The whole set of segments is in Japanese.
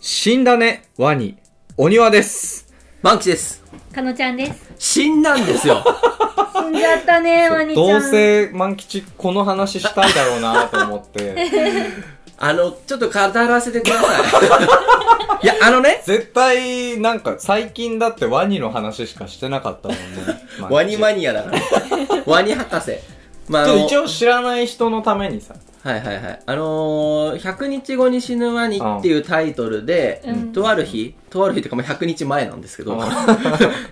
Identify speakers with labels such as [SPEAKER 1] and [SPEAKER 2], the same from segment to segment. [SPEAKER 1] 死んだね、ワニ。お庭です。
[SPEAKER 2] マンキです。
[SPEAKER 3] かのちゃんです。
[SPEAKER 2] 死んだんですよ。
[SPEAKER 3] 死んじゃったね、ワニちゃん。
[SPEAKER 1] どうせ、万吉、この話したいだろうなと思 って。
[SPEAKER 2] あの、ちょっと語らせてください。いや、あのね、
[SPEAKER 1] 絶対、なんか、最近だってワニの話しかしてなかったも んね。
[SPEAKER 2] ワニマ
[SPEAKER 1] ニ。
[SPEAKER 2] ニアだから。ワニ博士。まあ、あ
[SPEAKER 1] ちょっ
[SPEAKER 2] の
[SPEAKER 1] と一応知らない人のためにさ。
[SPEAKER 2] はいはいはい。あのー、100日後に死ぬワニっていうタイトルで、
[SPEAKER 3] うん
[SPEAKER 2] とある日、とある日というかまあ100日前なんですけ ど、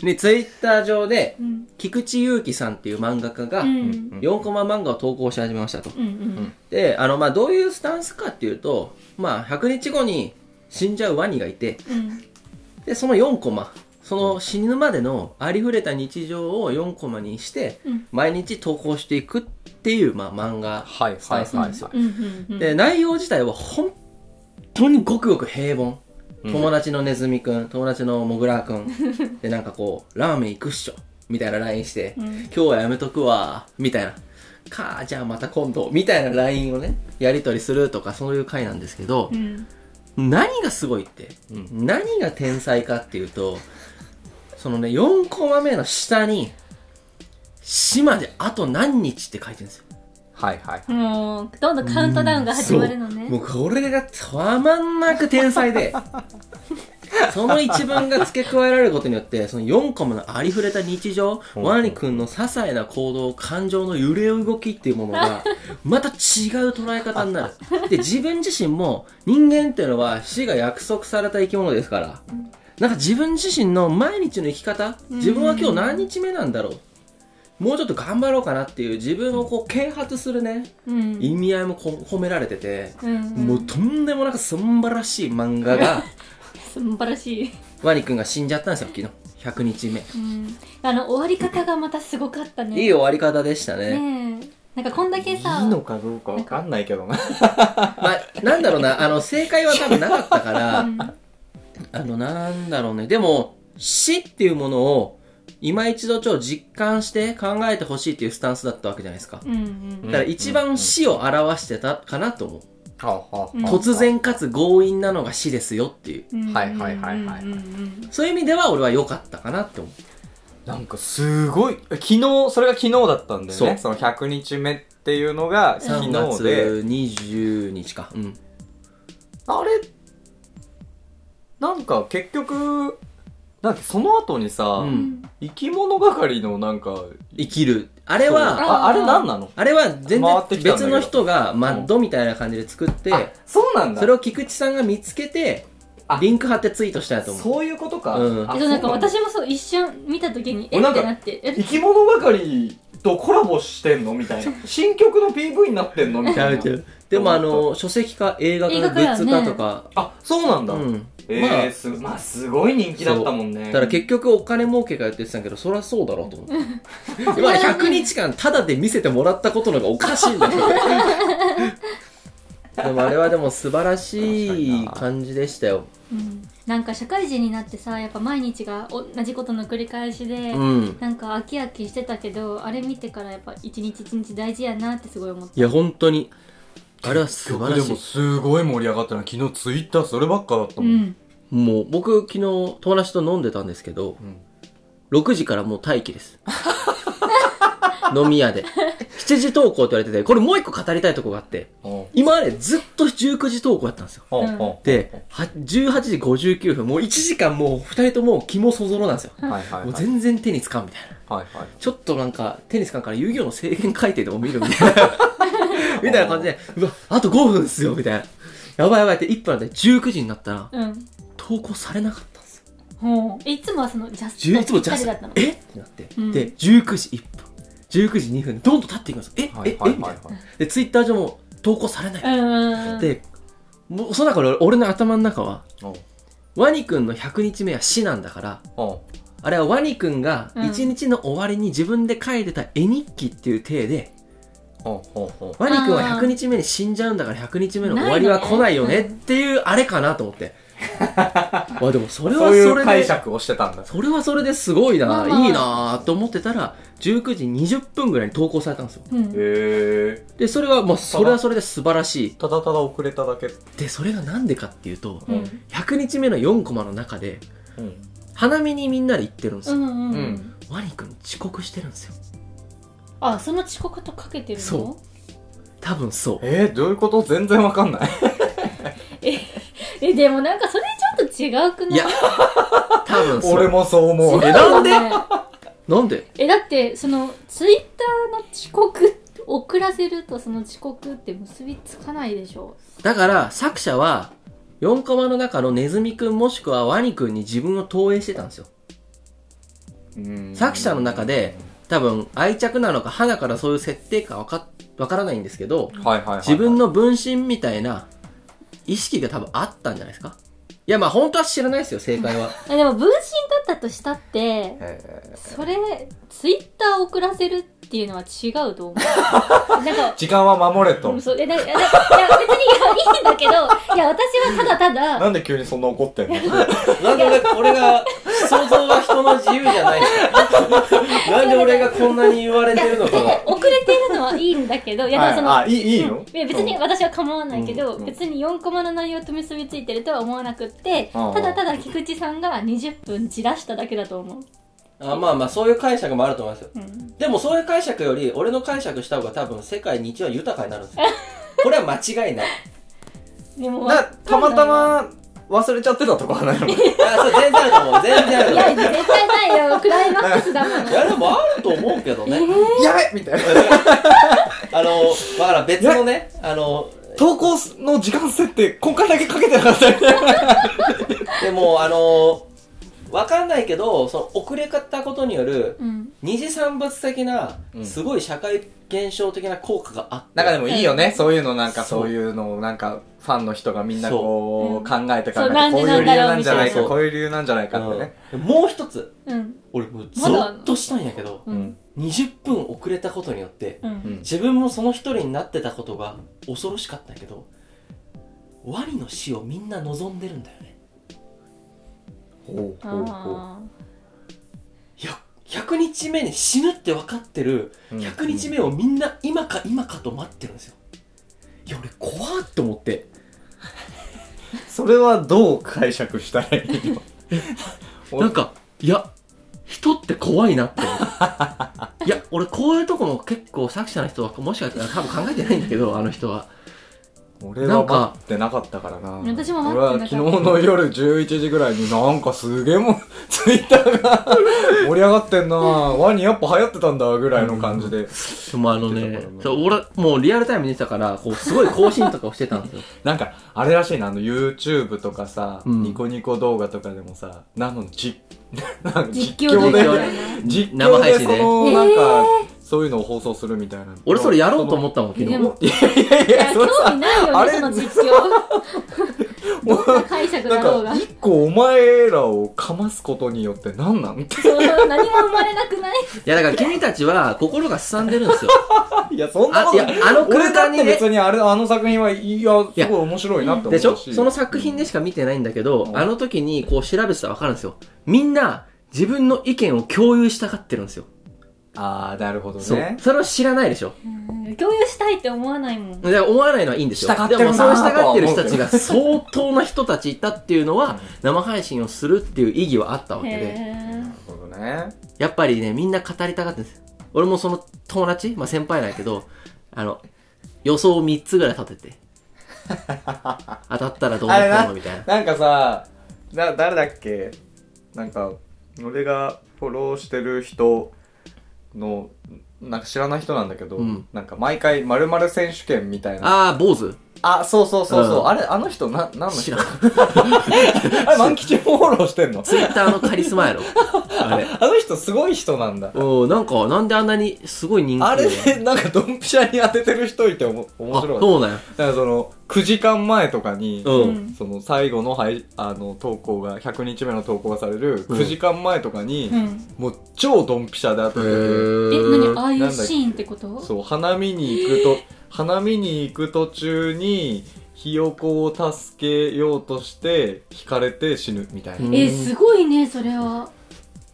[SPEAKER 2] ね、ツイッター上で
[SPEAKER 3] う、ん。
[SPEAKER 2] 菊池祐希さんっていう漫画家が、
[SPEAKER 3] うん。
[SPEAKER 1] うん
[SPEAKER 2] 4コマ漫画を投稿し始めましたと。
[SPEAKER 3] うん。うん。
[SPEAKER 2] で、あの、まあ、どういうスタンスかっていうと、まあ、100日後に死んじゃうワニがいて、
[SPEAKER 3] うん。
[SPEAKER 2] で、その4コマ、その死ぬまでのありふれた日常を4コマにして、
[SPEAKER 3] うん
[SPEAKER 2] 毎日投稿していくっていう、まあ、漫画。
[SPEAKER 1] はい、
[SPEAKER 2] は
[SPEAKER 1] はいい、
[SPEAKER 2] は
[SPEAKER 1] はいい。
[SPEAKER 3] うん。うん。
[SPEAKER 2] で、内容自体は本当にごくごく平凡。
[SPEAKER 1] うん
[SPEAKER 2] 友達のネズミくん、友達のモグラく ん。で、なんかこう、ラーメン行くっしょ。みたいな LINE して、
[SPEAKER 3] うん
[SPEAKER 2] 今日はやめとくわ。みたいな。かあ、じゃあまた今度。みたいな LINE をね、やり取りするとか、そういう回なんですけど、
[SPEAKER 3] うん。
[SPEAKER 2] 何がすごいって、
[SPEAKER 1] うん
[SPEAKER 2] 何が天才かっていうとそのね4コマ目の下に「死まであと何日」って書いてるんですよ
[SPEAKER 1] はい、はい。
[SPEAKER 3] もう、どんどんカウントダウンが始まるの
[SPEAKER 2] も
[SPEAKER 3] ね。
[SPEAKER 2] うこれがたまんなく天才 でその一文が付け加えられることによってその4コマのありふれた日常
[SPEAKER 1] うん
[SPEAKER 2] ワニ君の些細な行動感情の揺れ動きっていうもの がまた違う捉え方になるで自分自身も人間っていうのは死が約束された生き物ですからなんか自分自身の毎日の生き方自分は今日何日目なんだろうもうちょっと頑張ろうかなっていう自分をこう啓発するね
[SPEAKER 3] うん。
[SPEAKER 2] 意味合いもこ込められてて
[SPEAKER 3] うん。
[SPEAKER 2] もうとんでもなくすんばらしい漫画が
[SPEAKER 3] 素晴らしい。
[SPEAKER 2] ワニくんが死んじゃったんですよ昨日100日目
[SPEAKER 3] うん。あの、終わり方がまたすごかったね。
[SPEAKER 2] いい終わり方でしたね
[SPEAKER 3] ねえ。なんかこんだけさ、
[SPEAKER 1] いいのかどうかわかんないけどな。
[SPEAKER 2] まあなんだろうなあの正解は多分なかったか
[SPEAKER 3] う
[SPEAKER 2] ら
[SPEAKER 3] ん。
[SPEAKER 2] あのなんだろうねでも死っていうものを今一度ちょっと実感して考えてほしいっていうスタンスだったわけじゃないですか
[SPEAKER 3] うん。うん
[SPEAKER 2] だから一番死を表してたかなと思う
[SPEAKER 3] うん
[SPEAKER 2] 突。然かつ強引なのが死ですよっていう
[SPEAKER 3] うん。
[SPEAKER 1] はいはいはいはい
[SPEAKER 3] うんうん
[SPEAKER 2] そういう意味では俺は良かったかなって思う
[SPEAKER 1] なんかすごい、昨日、それが昨日だったんだよ
[SPEAKER 2] そう
[SPEAKER 1] ね。その100日目っていうのが昨
[SPEAKER 2] 3
[SPEAKER 1] 日
[SPEAKER 2] 月
[SPEAKER 1] で。
[SPEAKER 2] 20日かうん
[SPEAKER 1] あれなんか結局、なんかその後にさ、
[SPEAKER 2] う
[SPEAKER 3] うんん。
[SPEAKER 1] 生き物係のなんか、
[SPEAKER 2] 生きるあれは
[SPEAKER 1] ああれなんなの
[SPEAKER 2] あれは全
[SPEAKER 1] 回って
[SPEAKER 2] 然
[SPEAKER 1] きたんだけ
[SPEAKER 2] 別
[SPEAKER 1] ど
[SPEAKER 2] の人がマッドみたいな感じで作って
[SPEAKER 1] あそうなんだ。
[SPEAKER 2] それを菊池さんが見つけて
[SPEAKER 1] あ
[SPEAKER 2] リンク貼ってツイートしたんやと思う
[SPEAKER 1] そういうことか。
[SPEAKER 2] うん
[SPEAKER 1] あ
[SPEAKER 3] えっとなんか
[SPEAKER 1] そうだ
[SPEAKER 3] 私もそう一瞬見た時にえ
[SPEAKER 1] 俺な
[SPEAKER 3] っ
[SPEAKER 1] ん
[SPEAKER 3] て
[SPEAKER 1] か
[SPEAKER 3] なってえ
[SPEAKER 1] 生き物係とコラボしてんのみた いな。新曲の PV になってんのみたいな。
[SPEAKER 2] でもあの書籍か映画か
[SPEAKER 3] 映画
[SPEAKER 2] グ
[SPEAKER 3] 化や
[SPEAKER 2] ッ
[SPEAKER 3] ね
[SPEAKER 2] ズかとか
[SPEAKER 1] あ、そうなん
[SPEAKER 2] う
[SPEAKER 1] だ。
[SPEAKER 2] ん
[SPEAKER 1] え
[SPEAKER 2] まあ
[SPEAKER 1] ー、すまあすごい人気だったもんね。
[SPEAKER 2] だから結局お金儲けがやって言ってたけどそりゃそうだろうと 思ってまあ100日間タダで見せてもらったことのがおかしいんだ けどでもあれはでも素晴らしい感じでしたよ
[SPEAKER 3] うんなんか社会人になってさやっぱ毎日が同じことの繰り返しで、
[SPEAKER 2] うん
[SPEAKER 3] なんか飽き飽きしてたけどあれ見てからやっぱ一日一日大事やなってすごい思った
[SPEAKER 2] いや本当にあれは素晴ら
[SPEAKER 1] で
[SPEAKER 2] し
[SPEAKER 1] も
[SPEAKER 2] い
[SPEAKER 1] すごい盛り上がったな。昨日ツイッターそればっかだった
[SPEAKER 3] う
[SPEAKER 1] もん。
[SPEAKER 3] ん
[SPEAKER 2] もう僕昨日友達と飲んでたんですけど、6時からもう待機です 飲み屋で7時投稿って言われててこれもう一個語りたいとこがあって
[SPEAKER 1] うん
[SPEAKER 2] 今までずっと19時投稿やったんですよ
[SPEAKER 1] うん
[SPEAKER 3] うん
[SPEAKER 1] うん
[SPEAKER 2] では18時59分もう1時間もう2人とも肝そぞろなんですよ
[SPEAKER 1] はいはいはい
[SPEAKER 2] もう全然テニスかんみたいな
[SPEAKER 1] はいはい。
[SPEAKER 2] ちょっとなんかテニスかんから遊戯王の制限改定でも見るみたい なみたいな感じでうわあと5分っすよみたいなやばいやばいって1分なんで19時になったら
[SPEAKER 3] うん
[SPEAKER 2] 投稿されなかったんですよ
[SPEAKER 3] ほうえいつもはそのジャス
[SPEAKER 2] 10いつ
[SPEAKER 3] ト
[SPEAKER 2] も
[SPEAKER 3] の
[SPEAKER 2] ジャ
[SPEAKER 3] ぴっ
[SPEAKER 2] ス
[SPEAKER 3] たりだったの
[SPEAKER 2] えってなって、
[SPEAKER 3] うん
[SPEAKER 2] で19時1分19時2分どんどん経っていきますえ、
[SPEAKER 1] はい
[SPEAKER 2] え、
[SPEAKER 1] はい
[SPEAKER 2] えみた
[SPEAKER 1] はいいは
[SPEAKER 2] な
[SPEAKER 1] い。
[SPEAKER 2] でツイッター上も投稿されない、
[SPEAKER 3] うん
[SPEAKER 2] でもうその中で俺俺の頭の中は
[SPEAKER 1] うん
[SPEAKER 2] ワニくんの100日目は死なんだから
[SPEAKER 1] うん
[SPEAKER 2] あれはワニくんが
[SPEAKER 3] うん
[SPEAKER 2] 1日の終わりに自分で書いてた絵日記っていう体で、
[SPEAKER 1] うんうんうん
[SPEAKER 2] ワニくんは
[SPEAKER 3] あー
[SPEAKER 2] 100日目に死んじゃうんだから100日目の終わりは来ないよね
[SPEAKER 3] ない
[SPEAKER 2] っ
[SPEAKER 3] よね
[SPEAKER 2] ていうあれかなと思ってあでもそれ
[SPEAKER 1] そう
[SPEAKER 2] は
[SPEAKER 1] い
[SPEAKER 2] それ
[SPEAKER 1] う解
[SPEAKER 2] で
[SPEAKER 1] 釈をしてたんだ
[SPEAKER 2] それはそれですごいな、
[SPEAKER 3] まあまあ
[SPEAKER 2] いいなと思ってたら19時20分ぐらいに投稿されたんですよ
[SPEAKER 3] うん
[SPEAKER 1] へえ
[SPEAKER 2] でそれはもうそれはそれで素晴らしい
[SPEAKER 1] ただただ遅れただけ
[SPEAKER 2] でそれがなんでかっていうと
[SPEAKER 3] うん
[SPEAKER 2] 100日目の4コマの中で
[SPEAKER 1] うん
[SPEAKER 2] 花見にみんなで行ってるんです
[SPEAKER 3] う
[SPEAKER 2] よ、
[SPEAKER 3] んうんう
[SPEAKER 1] うんん
[SPEAKER 2] ワニくん遅刻してるんですよ
[SPEAKER 3] あその遅刻とかけてるの
[SPEAKER 2] そ多分そう
[SPEAKER 1] えー、どういうこと全然わかん ない
[SPEAKER 3] えでもなんかそれちょっと違うくな
[SPEAKER 2] い
[SPEAKER 3] い
[SPEAKER 2] や多分そう
[SPEAKER 1] 俺もそう思う
[SPEAKER 3] 違うよね
[SPEAKER 2] なんで
[SPEAKER 3] えだってそのツイッターの遅刻遅らせるとその遅刻って結びつかないでしょ
[SPEAKER 2] だから作者は4コマの中のネズミくんもしくはワニくんに自分を投影してたんですよ
[SPEAKER 1] うん
[SPEAKER 2] 作者の中で多分愛着なのか花からそういう設定かわかわからないんですけど
[SPEAKER 1] はいはいはい、
[SPEAKER 2] 自分の分身みたいな意識が多分あったんじゃないですかいやまあ本当は知らないですよ正解は
[SPEAKER 3] えでも分身だったとしたって
[SPEAKER 1] え
[SPEAKER 3] それツイッター遅らせるっていうのは違うと 思うなんか
[SPEAKER 1] ー時間は守れ
[SPEAKER 3] う
[SPEAKER 1] と
[SPEAKER 3] んそうえだいやだいや別にいやいいんだけどいや私はただただ
[SPEAKER 1] なんで急にそんな怒ってんの
[SPEAKER 2] なんで俺俺が想像は人の自由じゃない なんで俺がこんなに言われてるのかが
[SPEAKER 3] 遅れてるのはいいんだけどいやでもその、
[SPEAKER 1] はいあいいいいの、
[SPEAKER 3] いや別に
[SPEAKER 1] うん
[SPEAKER 3] 私は構わないけど、
[SPEAKER 1] うんうん
[SPEAKER 3] 別に4コマの内容と結びついてるとは思わなくって、
[SPEAKER 1] うん
[SPEAKER 3] ただただ菊池さんが20分じらしただけだと思う、
[SPEAKER 2] あまあまあそういう解釈もあると思いますよ
[SPEAKER 3] うん、
[SPEAKER 2] でもそういう解釈より俺の解釈した方が多分世界に一は豊かになるんです よこれは間違いない
[SPEAKER 3] でも
[SPEAKER 1] なたまたま忘れちゃってたとこはないの
[SPEAKER 2] あそう全然あると思う全然ある
[SPEAKER 3] い
[SPEAKER 2] と思
[SPEAKER 3] や
[SPEAKER 2] う
[SPEAKER 3] 絶対ないよクライマックスだも ん
[SPEAKER 2] いやでもあると思うけどね、
[SPEAKER 1] やべみたいな
[SPEAKER 2] あのだから別のねあの
[SPEAKER 1] 投稿の時間設定今回だけかけてなかったみたいな
[SPEAKER 2] でもあのわかんないけどその遅れたことによる
[SPEAKER 3] うん
[SPEAKER 2] 二次産物的な
[SPEAKER 1] うん
[SPEAKER 2] すごい社会現象的な効果があって、
[SPEAKER 1] なんかでもいいよねそういうのなんか
[SPEAKER 2] そう
[SPEAKER 1] そういうのをなんかファンの人がみんな
[SPEAKER 2] そう
[SPEAKER 1] こう考えて考
[SPEAKER 3] そう
[SPEAKER 1] えて
[SPEAKER 3] なん
[SPEAKER 1] こう
[SPEAKER 3] で
[SPEAKER 1] いう理由
[SPEAKER 3] なんだろう
[SPEAKER 1] なんじゃない
[SPEAKER 2] みたい
[SPEAKER 1] か
[SPEAKER 2] な
[SPEAKER 1] こういう理由なんじゃないかってね
[SPEAKER 2] うんもう一つ
[SPEAKER 3] うん
[SPEAKER 2] 俺もうゾ
[SPEAKER 3] まだ
[SPEAKER 2] ッとしたんやけど
[SPEAKER 3] う
[SPEAKER 1] うんん
[SPEAKER 2] 20分遅れたことによって
[SPEAKER 3] うん、
[SPEAKER 1] うん
[SPEAKER 2] 自分もその一人になってたことが恐ろしかったけどワニの死をみんな望んでるんだよね
[SPEAKER 1] ほうほうほ
[SPEAKER 3] あ
[SPEAKER 2] いや100日目に死ぬって分かってる
[SPEAKER 1] ううん
[SPEAKER 2] 100日目をみんな今か今かと待ってるんですよいや俺怖っと思って
[SPEAKER 1] それはどう解釈したらい いの
[SPEAKER 2] なんかいや人って怖いな って思ういや俺こういうとこも結構作者の人はもしかしたら多分考えてないんだけどあの人は
[SPEAKER 1] 俺
[SPEAKER 2] な
[SPEAKER 1] は
[SPEAKER 2] んか
[SPEAKER 1] 待ってなかったからな
[SPEAKER 3] 私も待ってなかった
[SPEAKER 1] 俺は昨日の夜11時ぐらいになんかすげえもんツイッターが盛り上がってんなワニやっぱ流行ってたんだぐらいの感じで、
[SPEAKER 2] でもあ
[SPEAKER 1] 言
[SPEAKER 2] の
[SPEAKER 1] って
[SPEAKER 2] ね
[SPEAKER 1] たからね
[SPEAKER 2] そう俺もうリアルタイムにしたからこうすごい更新とかをしてたんですよ
[SPEAKER 1] なんかあれらしいなあの YouTube とかさ、
[SPEAKER 2] うん
[SPEAKER 1] ニコニコ動画とかでもさなんのじ なんか
[SPEAKER 3] 実
[SPEAKER 1] 実
[SPEAKER 3] 況
[SPEAKER 1] 況
[SPEAKER 3] で
[SPEAKER 1] で
[SPEAKER 2] 実況で
[SPEAKER 1] 実
[SPEAKER 2] 生
[SPEAKER 1] 況
[SPEAKER 2] 配
[SPEAKER 1] で
[SPEAKER 2] 信で
[SPEAKER 1] そのなんか、そういうのを放送するみたいな
[SPEAKER 2] 俺それやろうと思ったもん
[SPEAKER 3] ー
[SPEAKER 2] 昨
[SPEAKER 3] で
[SPEAKER 2] 日
[SPEAKER 3] も
[SPEAKER 1] いやい
[SPEAKER 3] い
[SPEAKER 1] や
[SPEAKER 3] や
[SPEAKER 1] いやそ
[SPEAKER 3] 興
[SPEAKER 1] れさ
[SPEAKER 3] 味ない
[SPEAKER 1] あ
[SPEAKER 3] よね
[SPEAKER 1] れ
[SPEAKER 3] その実況 どんな解釈だろ
[SPEAKER 1] な
[SPEAKER 3] うが
[SPEAKER 1] んか一個お前らをかますことによって何なんって
[SPEAKER 3] そう何も生まれなくない
[SPEAKER 2] いやだから君たちは心がすさんでるんですよ。
[SPEAKER 1] いやそんな
[SPEAKER 2] あ
[SPEAKER 1] こ
[SPEAKER 2] い
[SPEAKER 1] と
[SPEAKER 2] や
[SPEAKER 1] ない
[SPEAKER 2] あの空
[SPEAKER 1] 俺だ
[SPEAKER 2] 間
[SPEAKER 1] っ
[SPEAKER 2] に、
[SPEAKER 1] て
[SPEAKER 2] ね、
[SPEAKER 1] 別にあれあの作品はいやすご
[SPEAKER 2] いや
[SPEAKER 1] い 面白いなって思
[SPEAKER 2] で
[SPEAKER 1] う
[SPEAKER 2] しょ
[SPEAKER 1] し
[SPEAKER 2] その作品でしか見てないんだけど、
[SPEAKER 1] うん
[SPEAKER 2] あの時にこう調べてたらわかるんですよ。みんな自分の意見を共有したがってるんですよ。
[SPEAKER 1] ああなるほど
[SPEAKER 2] そう
[SPEAKER 1] ね。
[SPEAKER 2] それを知らないでしょ。
[SPEAKER 3] うん共有したいって思わないもん
[SPEAKER 2] だから思わないのはいいんですよ。
[SPEAKER 1] 従って
[SPEAKER 2] で
[SPEAKER 1] るな
[SPEAKER 2] も
[SPEAKER 1] ぁ
[SPEAKER 2] そうしたがってる人たちが相当な人たちいたっていう のは、生配信をするっていう意義はあったわけで。
[SPEAKER 3] へ
[SPEAKER 1] なるほどね
[SPEAKER 2] やっぱりね、みんな語りたがってるんです。俺もその友達、まあ先輩だけど、あの、予想を3つぐらい立てて、 当たったらどうな
[SPEAKER 1] あれ
[SPEAKER 2] った
[SPEAKER 1] な
[SPEAKER 2] のみたいな。
[SPEAKER 1] なんかさだ誰だっけなんか俺がフォローしてる人のなんか知らない人なんだけど、
[SPEAKER 2] うん
[SPEAKER 1] なんか毎回まる選手権みたいな
[SPEAKER 2] ああ、坊主
[SPEAKER 1] あそうそうそうそう、
[SPEAKER 2] うん
[SPEAKER 1] あれあの人な何の
[SPEAKER 2] 知
[SPEAKER 1] 人
[SPEAKER 2] らん。
[SPEAKER 1] あれ万吉もフォローしてんの
[SPEAKER 2] ツイッターのカリスマやろ。あ れ。
[SPEAKER 1] あの人すごい人なんだ
[SPEAKER 2] うん、なんか、なんであんなにすごい人気
[SPEAKER 1] あれ
[SPEAKER 2] で
[SPEAKER 1] でなんかドンピシャに当ててる人いておも面
[SPEAKER 2] あ、
[SPEAKER 1] 白い
[SPEAKER 2] そうなんや。
[SPEAKER 1] だからその9時間前とかに、
[SPEAKER 2] うん。
[SPEAKER 3] うん
[SPEAKER 1] その最後の配あの投稿が100日目の投稿がされる9時間前とかに、
[SPEAKER 3] うん
[SPEAKER 1] もう超ドンピシャで当ててて
[SPEAKER 3] え何ああい
[SPEAKER 1] なん
[SPEAKER 3] う
[SPEAKER 1] だっけ
[SPEAKER 3] シーンってこと
[SPEAKER 1] そう花見に行くと花見に行く途中にひよこを助けようとして引かれて死ぬみたいな、
[SPEAKER 2] うん
[SPEAKER 3] えすごいねそれは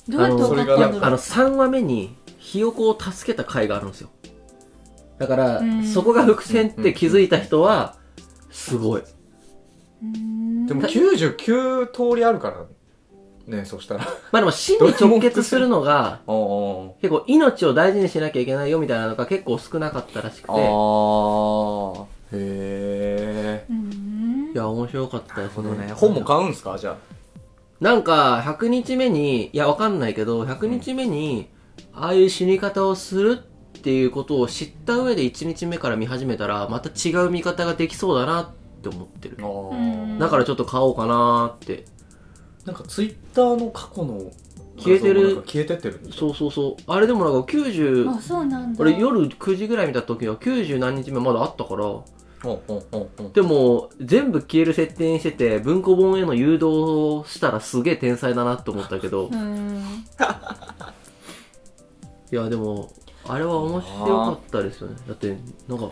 [SPEAKER 3] どうやって分かった
[SPEAKER 2] いや
[SPEAKER 3] んだ
[SPEAKER 2] あ
[SPEAKER 3] ろ
[SPEAKER 2] の
[SPEAKER 3] う
[SPEAKER 2] 3話目にひよこを助けた回があるんですよだから
[SPEAKER 3] うん
[SPEAKER 2] そこが伏線って気づいた人はすごいう
[SPEAKER 3] ーん
[SPEAKER 1] でも99通りあるからねねそしたらあ
[SPEAKER 2] まあでも死に直結するのが
[SPEAKER 1] あー
[SPEAKER 2] 結構命を大事にしなきゃいけないよみたいなのが結構少なかったらしくて
[SPEAKER 1] あーへえ
[SPEAKER 3] うーん
[SPEAKER 2] いや面白かったです
[SPEAKER 1] この
[SPEAKER 2] ね
[SPEAKER 1] ね本も買うんすかじゃ
[SPEAKER 2] なんか100日目にいやわかんないけど100日目にああいう死に方をするっていうことを知った上で1日目から見始めたらまた違う見方ができそうだなって思ってる
[SPEAKER 1] ああー
[SPEAKER 3] うん
[SPEAKER 2] だからちょっと買おうかなーって。
[SPEAKER 1] なんかツイッターの過去の
[SPEAKER 2] 消えて
[SPEAKER 1] 画
[SPEAKER 2] る
[SPEAKER 1] 像もなんか消えてってるんでしょ
[SPEAKER 2] そうそうそう。あれでもなんか90、
[SPEAKER 3] あそうなんだ
[SPEAKER 2] あれ夜9時ぐらい見た時は90何日目まだあったか
[SPEAKER 1] う
[SPEAKER 2] ら、
[SPEAKER 1] んうんうんうん
[SPEAKER 2] でも全部消える設定にしてて文庫本への誘導をしたらすげえ天才だなって思ったけど
[SPEAKER 3] う、ーん
[SPEAKER 2] いやでも、あれは面白かったですよね。だって、なんか、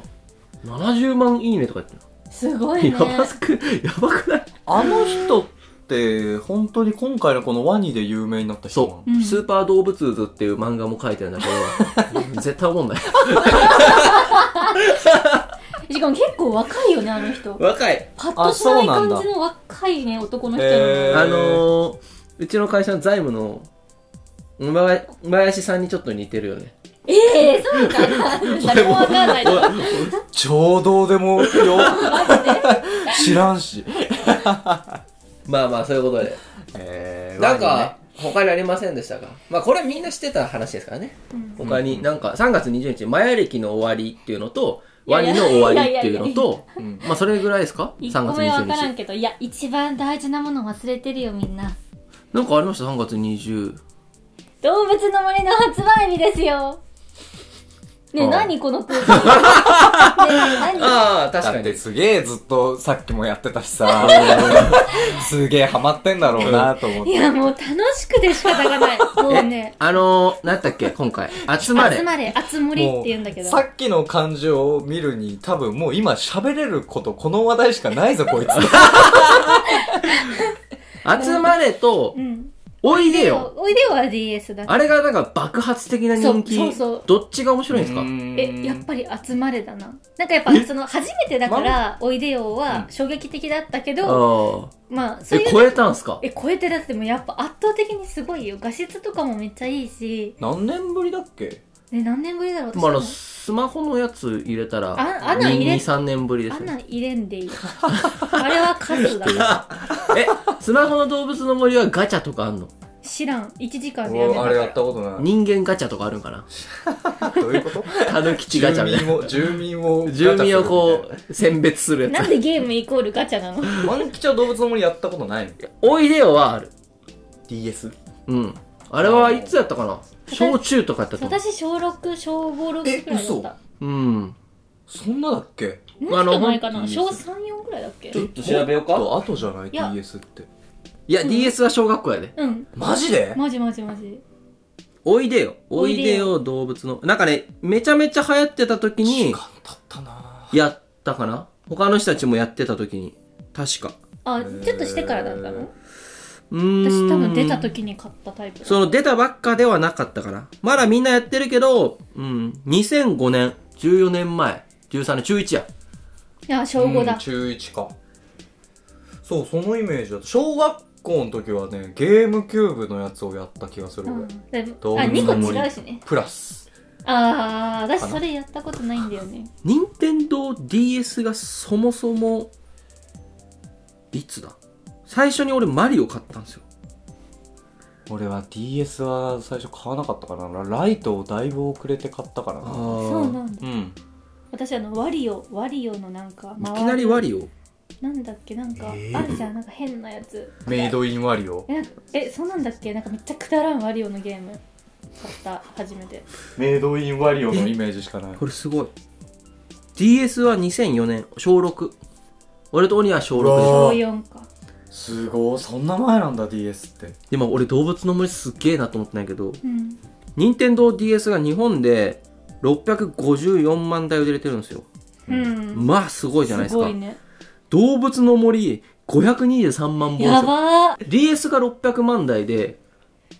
[SPEAKER 2] 70万いいねとか言って
[SPEAKER 3] すごいね
[SPEAKER 2] る。やばすく、 やばくない
[SPEAKER 1] あの人って本当に今回のこのワニで有名になった人なの
[SPEAKER 2] そう、
[SPEAKER 3] うん
[SPEAKER 2] スーパー動物図っていう漫画も書いてるんだけど、 絶対思んない。
[SPEAKER 3] しかも結構若いよねあの人
[SPEAKER 2] 若い。
[SPEAKER 3] パッとしない感じの若いね男の人よ
[SPEAKER 1] へ
[SPEAKER 3] ね
[SPEAKER 1] ー
[SPEAKER 2] あのー、うちの会社の財務の馬林馬林さんにちょっと似てるよね。
[SPEAKER 3] ええそうかな誰もわかんないけど
[SPEAKER 1] ちょうどでもよ 知らんし
[SPEAKER 2] まあまあ、そういうことで。
[SPEAKER 1] えー
[SPEAKER 2] なんか、他にありませんでしたかまあ、これはみんな知ってた話ですからね。
[SPEAKER 3] うん
[SPEAKER 2] 他に、なんか、3月20日、マヤ歴の終わりっていうのと、
[SPEAKER 3] いや
[SPEAKER 2] ワ
[SPEAKER 3] いや
[SPEAKER 2] ニの終わりっていうの
[SPEAKER 3] いやい
[SPEAKER 2] と、
[SPEAKER 1] ワニね
[SPEAKER 2] まあ、それぐらいですか ?3
[SPEAKER 3] 一
[SPEAKER 2] 月
[SPEAKER 3] 個目わから
[SPEAKER 2] 20
[SPEAKER 3] ん
[SPEAKER 2] 日。
[SPEAKER 3] けどいや一番大事なもの忘れてるよみんな
[SPEAKER 2] なんかありました ?3 月20。
[SPEAKER 3] 動物の森の発売日ですよねえ
[SPEAKER 1] ああ
[SPEAKER 3] 何この空間ねえ何
[SPEAKER 2] ああ、確
[SPEAKER 1] だ
[SPEAKER 2] か
[SPEAKER 1] っ
[SPEAKER 2] に
[SPEAKER 1] て。すげえずっとさっきもやってたしさすげえハマってんだろうなと思って
[SPEAKER 3] いやもう楽しくて仕方がないもうね
[SPEAKER 2] あのー、なんだっけ、今回。集ま
[SPEAKER 3] 集
[SPEAKER 2] れ。
[SPEAKER 3] まれ集まりって言うんだけど
[SPEAKER 1] さっきの感じを見るに多分もう今喋れることこの話題しかないぞこいつ
[SPEAKER 2] 集まれと
[SPEAKER 3] う、ん
[SPEAKER 2] おいでよ。
[SPEAKER 3] おいでよは DS だ
[SPEAKER 2] あれがなんか爆発的な人気
[SPEAKER 3] そうそうそう
[SPEAKER 2] どっちが面白いんですか
[SPEAKER 3] えやっぱり集まれだななんかやっぱその初めてだからおいでよは衝撃的だったけど、
[SPEAKER 2] あ
[SPEAKER 3] まあそ
[SPEAKER 2] ー
[SPEAKER 3] うい
[SPEAKER 2] え
[SPEAKER 3] う
[SPEAKER 2] 超えたんすか
[SPEAKER 3] え超えてだってもうやっぱ圧倒的にすごいよ画質とかもめっちゃいいし、
[SPEAKER 1] 何年ぶりだっけ
[SPEAKER 3] ね、何年ぶりだろう私
[SPEAKER 2] まああの
[SPEAKER 3] も
[SPEAKER 2] スマホのやつ入れたら
[SPEAKER 3] ああんなん入れ
[SPEAKER 2] 23年ぶりで
[SPEAKER 3] あ
[SPEAKER 2] す
[SPEAKER 3] ん
[SPEAKER 2] ね
[SPEAKER 3] なん入れんでい いあれは数だな
[SPEAKER 2] えスマホの動物の森はガチャとかあんの
[SPEAKER 3] 知らん1時間でやめ
[SPEAKER 1] お
[SPEAKER 3] た
[SPEAKER 1] あ
[SPEAKER 3] か
[SPEAKER 1] れやっ
[SPEAKER 3] ら
[SPEAKER 1] たこと ない
[SPEAKER 2] 人間ガチャとかあるんかな
[SPEAKER 1] どういうこと
[SPEAKER 2] タヌキチガチ
[SPEAKER 1] 住
[SPEAKER 2] ャみたい
[SPEAKER 1] 民
[SPEAKER 2] な
[SPEAKER 1] を住民をガチャ
[SPEAKER 2] 住
[SPEAKER 1] する
[SPEAKER 2] 民をこう選別するや
[SPEAKER 3] な
[SPEAKER 2] つ
[SPEAKER 3] んでゲームイコールガチャなの
[SPEAKER 1] 万吉は動物の森やったことないの
[SPEAKER 2] おいでよはある
[SPEAKER 1] DS
[SPEAKER 2] うんあれはいつやったかな小中とかやったと思
[SPEAKER 3] 私小6小5 6くらいだった
[SPEAKER 2] ううん
[SPEAKER 1] そんなだっけ
[SPEAKER 3] もうちょっと前か
[SPEAKER 1] あ
[SPEAKER 3] な
[SPEAKER 1] の
[SPEAKER 3] 小34くらいだっけ
[SPEAKER 2] ちょっと調べようか
[SPEAKER 1] もっと後じゃない
[SPEAKER 3] いや
[SPEAKER 1] DS って
[SPEAKER 2] いや DS は小学校やで
[SPEAKER 3] うん
[SPEAKER 1] マジで
[SPEAKER 3] マジマジマジ
[SPEAKER 2] おいでよお
[SPEAKER 3] お
[SPEAKER 2] い
[SPEAKER 3] い
[SPEAKER 2] で
[SPEAKER 3] でよ
[SPEAKER 2] よ動物のなんかねめちゃめちゃ流行ってた
[SPEAKER 1] 時
[SPEAKER 2] 時に
[SPEAKER 1] 間経ったな
[SPEAKER 2] やったかな他の人たちもやってた時に確か
[SPEAKER 3] あちょっとしてからだったの
[SPEAKER 2] うーん
[SPEAKER 3] 私多分出た時に買ったタイプ
[SPEAKER 2] その出たばっかではなかったかなまだみんなやってるけどうん2005年14年前13年中1や
[SPEAKER 3] いや小5
[SPEAKER 1] う
[SPEAKER 3] だ
[SPEAKER 1] ん、中1かそうそのイメージだった小学校の時はねゲームキューブのやつをやった気がする
[SPEAKER 3] う
[SPEAKER 1] 俺、
[SPEAKER 3] ん、だいぶ
[SPEAKER 1] 動
[SPEAKER 3] あ
[SPEAKER 1] 物
[SPEAKER 3] 2
[SPEAKER 1] の
[SPEAKER 3] 個
[SPEAKER 1] 森
[SPEAKER 3] 違うしね
[SPEAKER 1] プラス
[SPEAKER 3] ああ
[SPEAKER 1] か
[SPEAKER 3] 私
[SPEAKER 1] な
[SPEAKER 3] それやったことないんだよね
[SPEAKER 2] 任天堂 d s がそもそもいつだ最初に俺マリオ買ったんですよ
[SPEAKER 1] 俺は DS は最初買わなかったからなライトをだいぶ遅れて買ったから
[SPEAKER 2] あ
[SPEAKER 1] な
[SPEAKER 3] そう
[SPEAKER 2] あ
[SPEAKER 3] なんだ
[SPEAKER 1] うん
[SPEAKER 3] 私あのワリオワリオのなんか
[SPEAKER 2] いきなりワ
[SPEAKER 3] リ
[SPEAKER 2] リオ
[SPEAKER 3] なんだっけなんか、
[SPEAKER 1] えー
[SPEAKER 3] あるじゃんなんか変なやつ
[SPEAKER 1] メイドインワリオ
[SPEAKER 3] えなんかえそうなんだっけなんかめっちゃくだらんワリオのゲーム買った初めて
[SPEAKER 1] メイドインワリオのイ メージしかない
[SPEAKER 2] これすごい DS は2004年小6俺と鬼は小6
[SPEAKER 1] う
[SPEAKER 2] でし
[SPEAKER 1] わ
[SPEAKER 2] ょ
[SPEAKER 1] あ
[SPEAKER 3] 小
[SPEAKER 1] ー
[SPEAKER 3] 4か
[SPEAKER 1] すごいそんな前なんだ DS って
[SPEAKER 2] でも俺動物の森すっげえなと思ってないけど
[SPEAKER 3] うん
[SPEAKER 2] 任天堂 d s が日本で654万台売れてるんですよ
[SPEAKER 3] うん
[SPEAKER 2] まあすごいじゃないですすか
[SPEAKER 3] ごいね
[SPEAKER 2] 動物の森523万本ですよ
[SPEAKER 3] やばー
[SPEAKER 2] DS が600万台で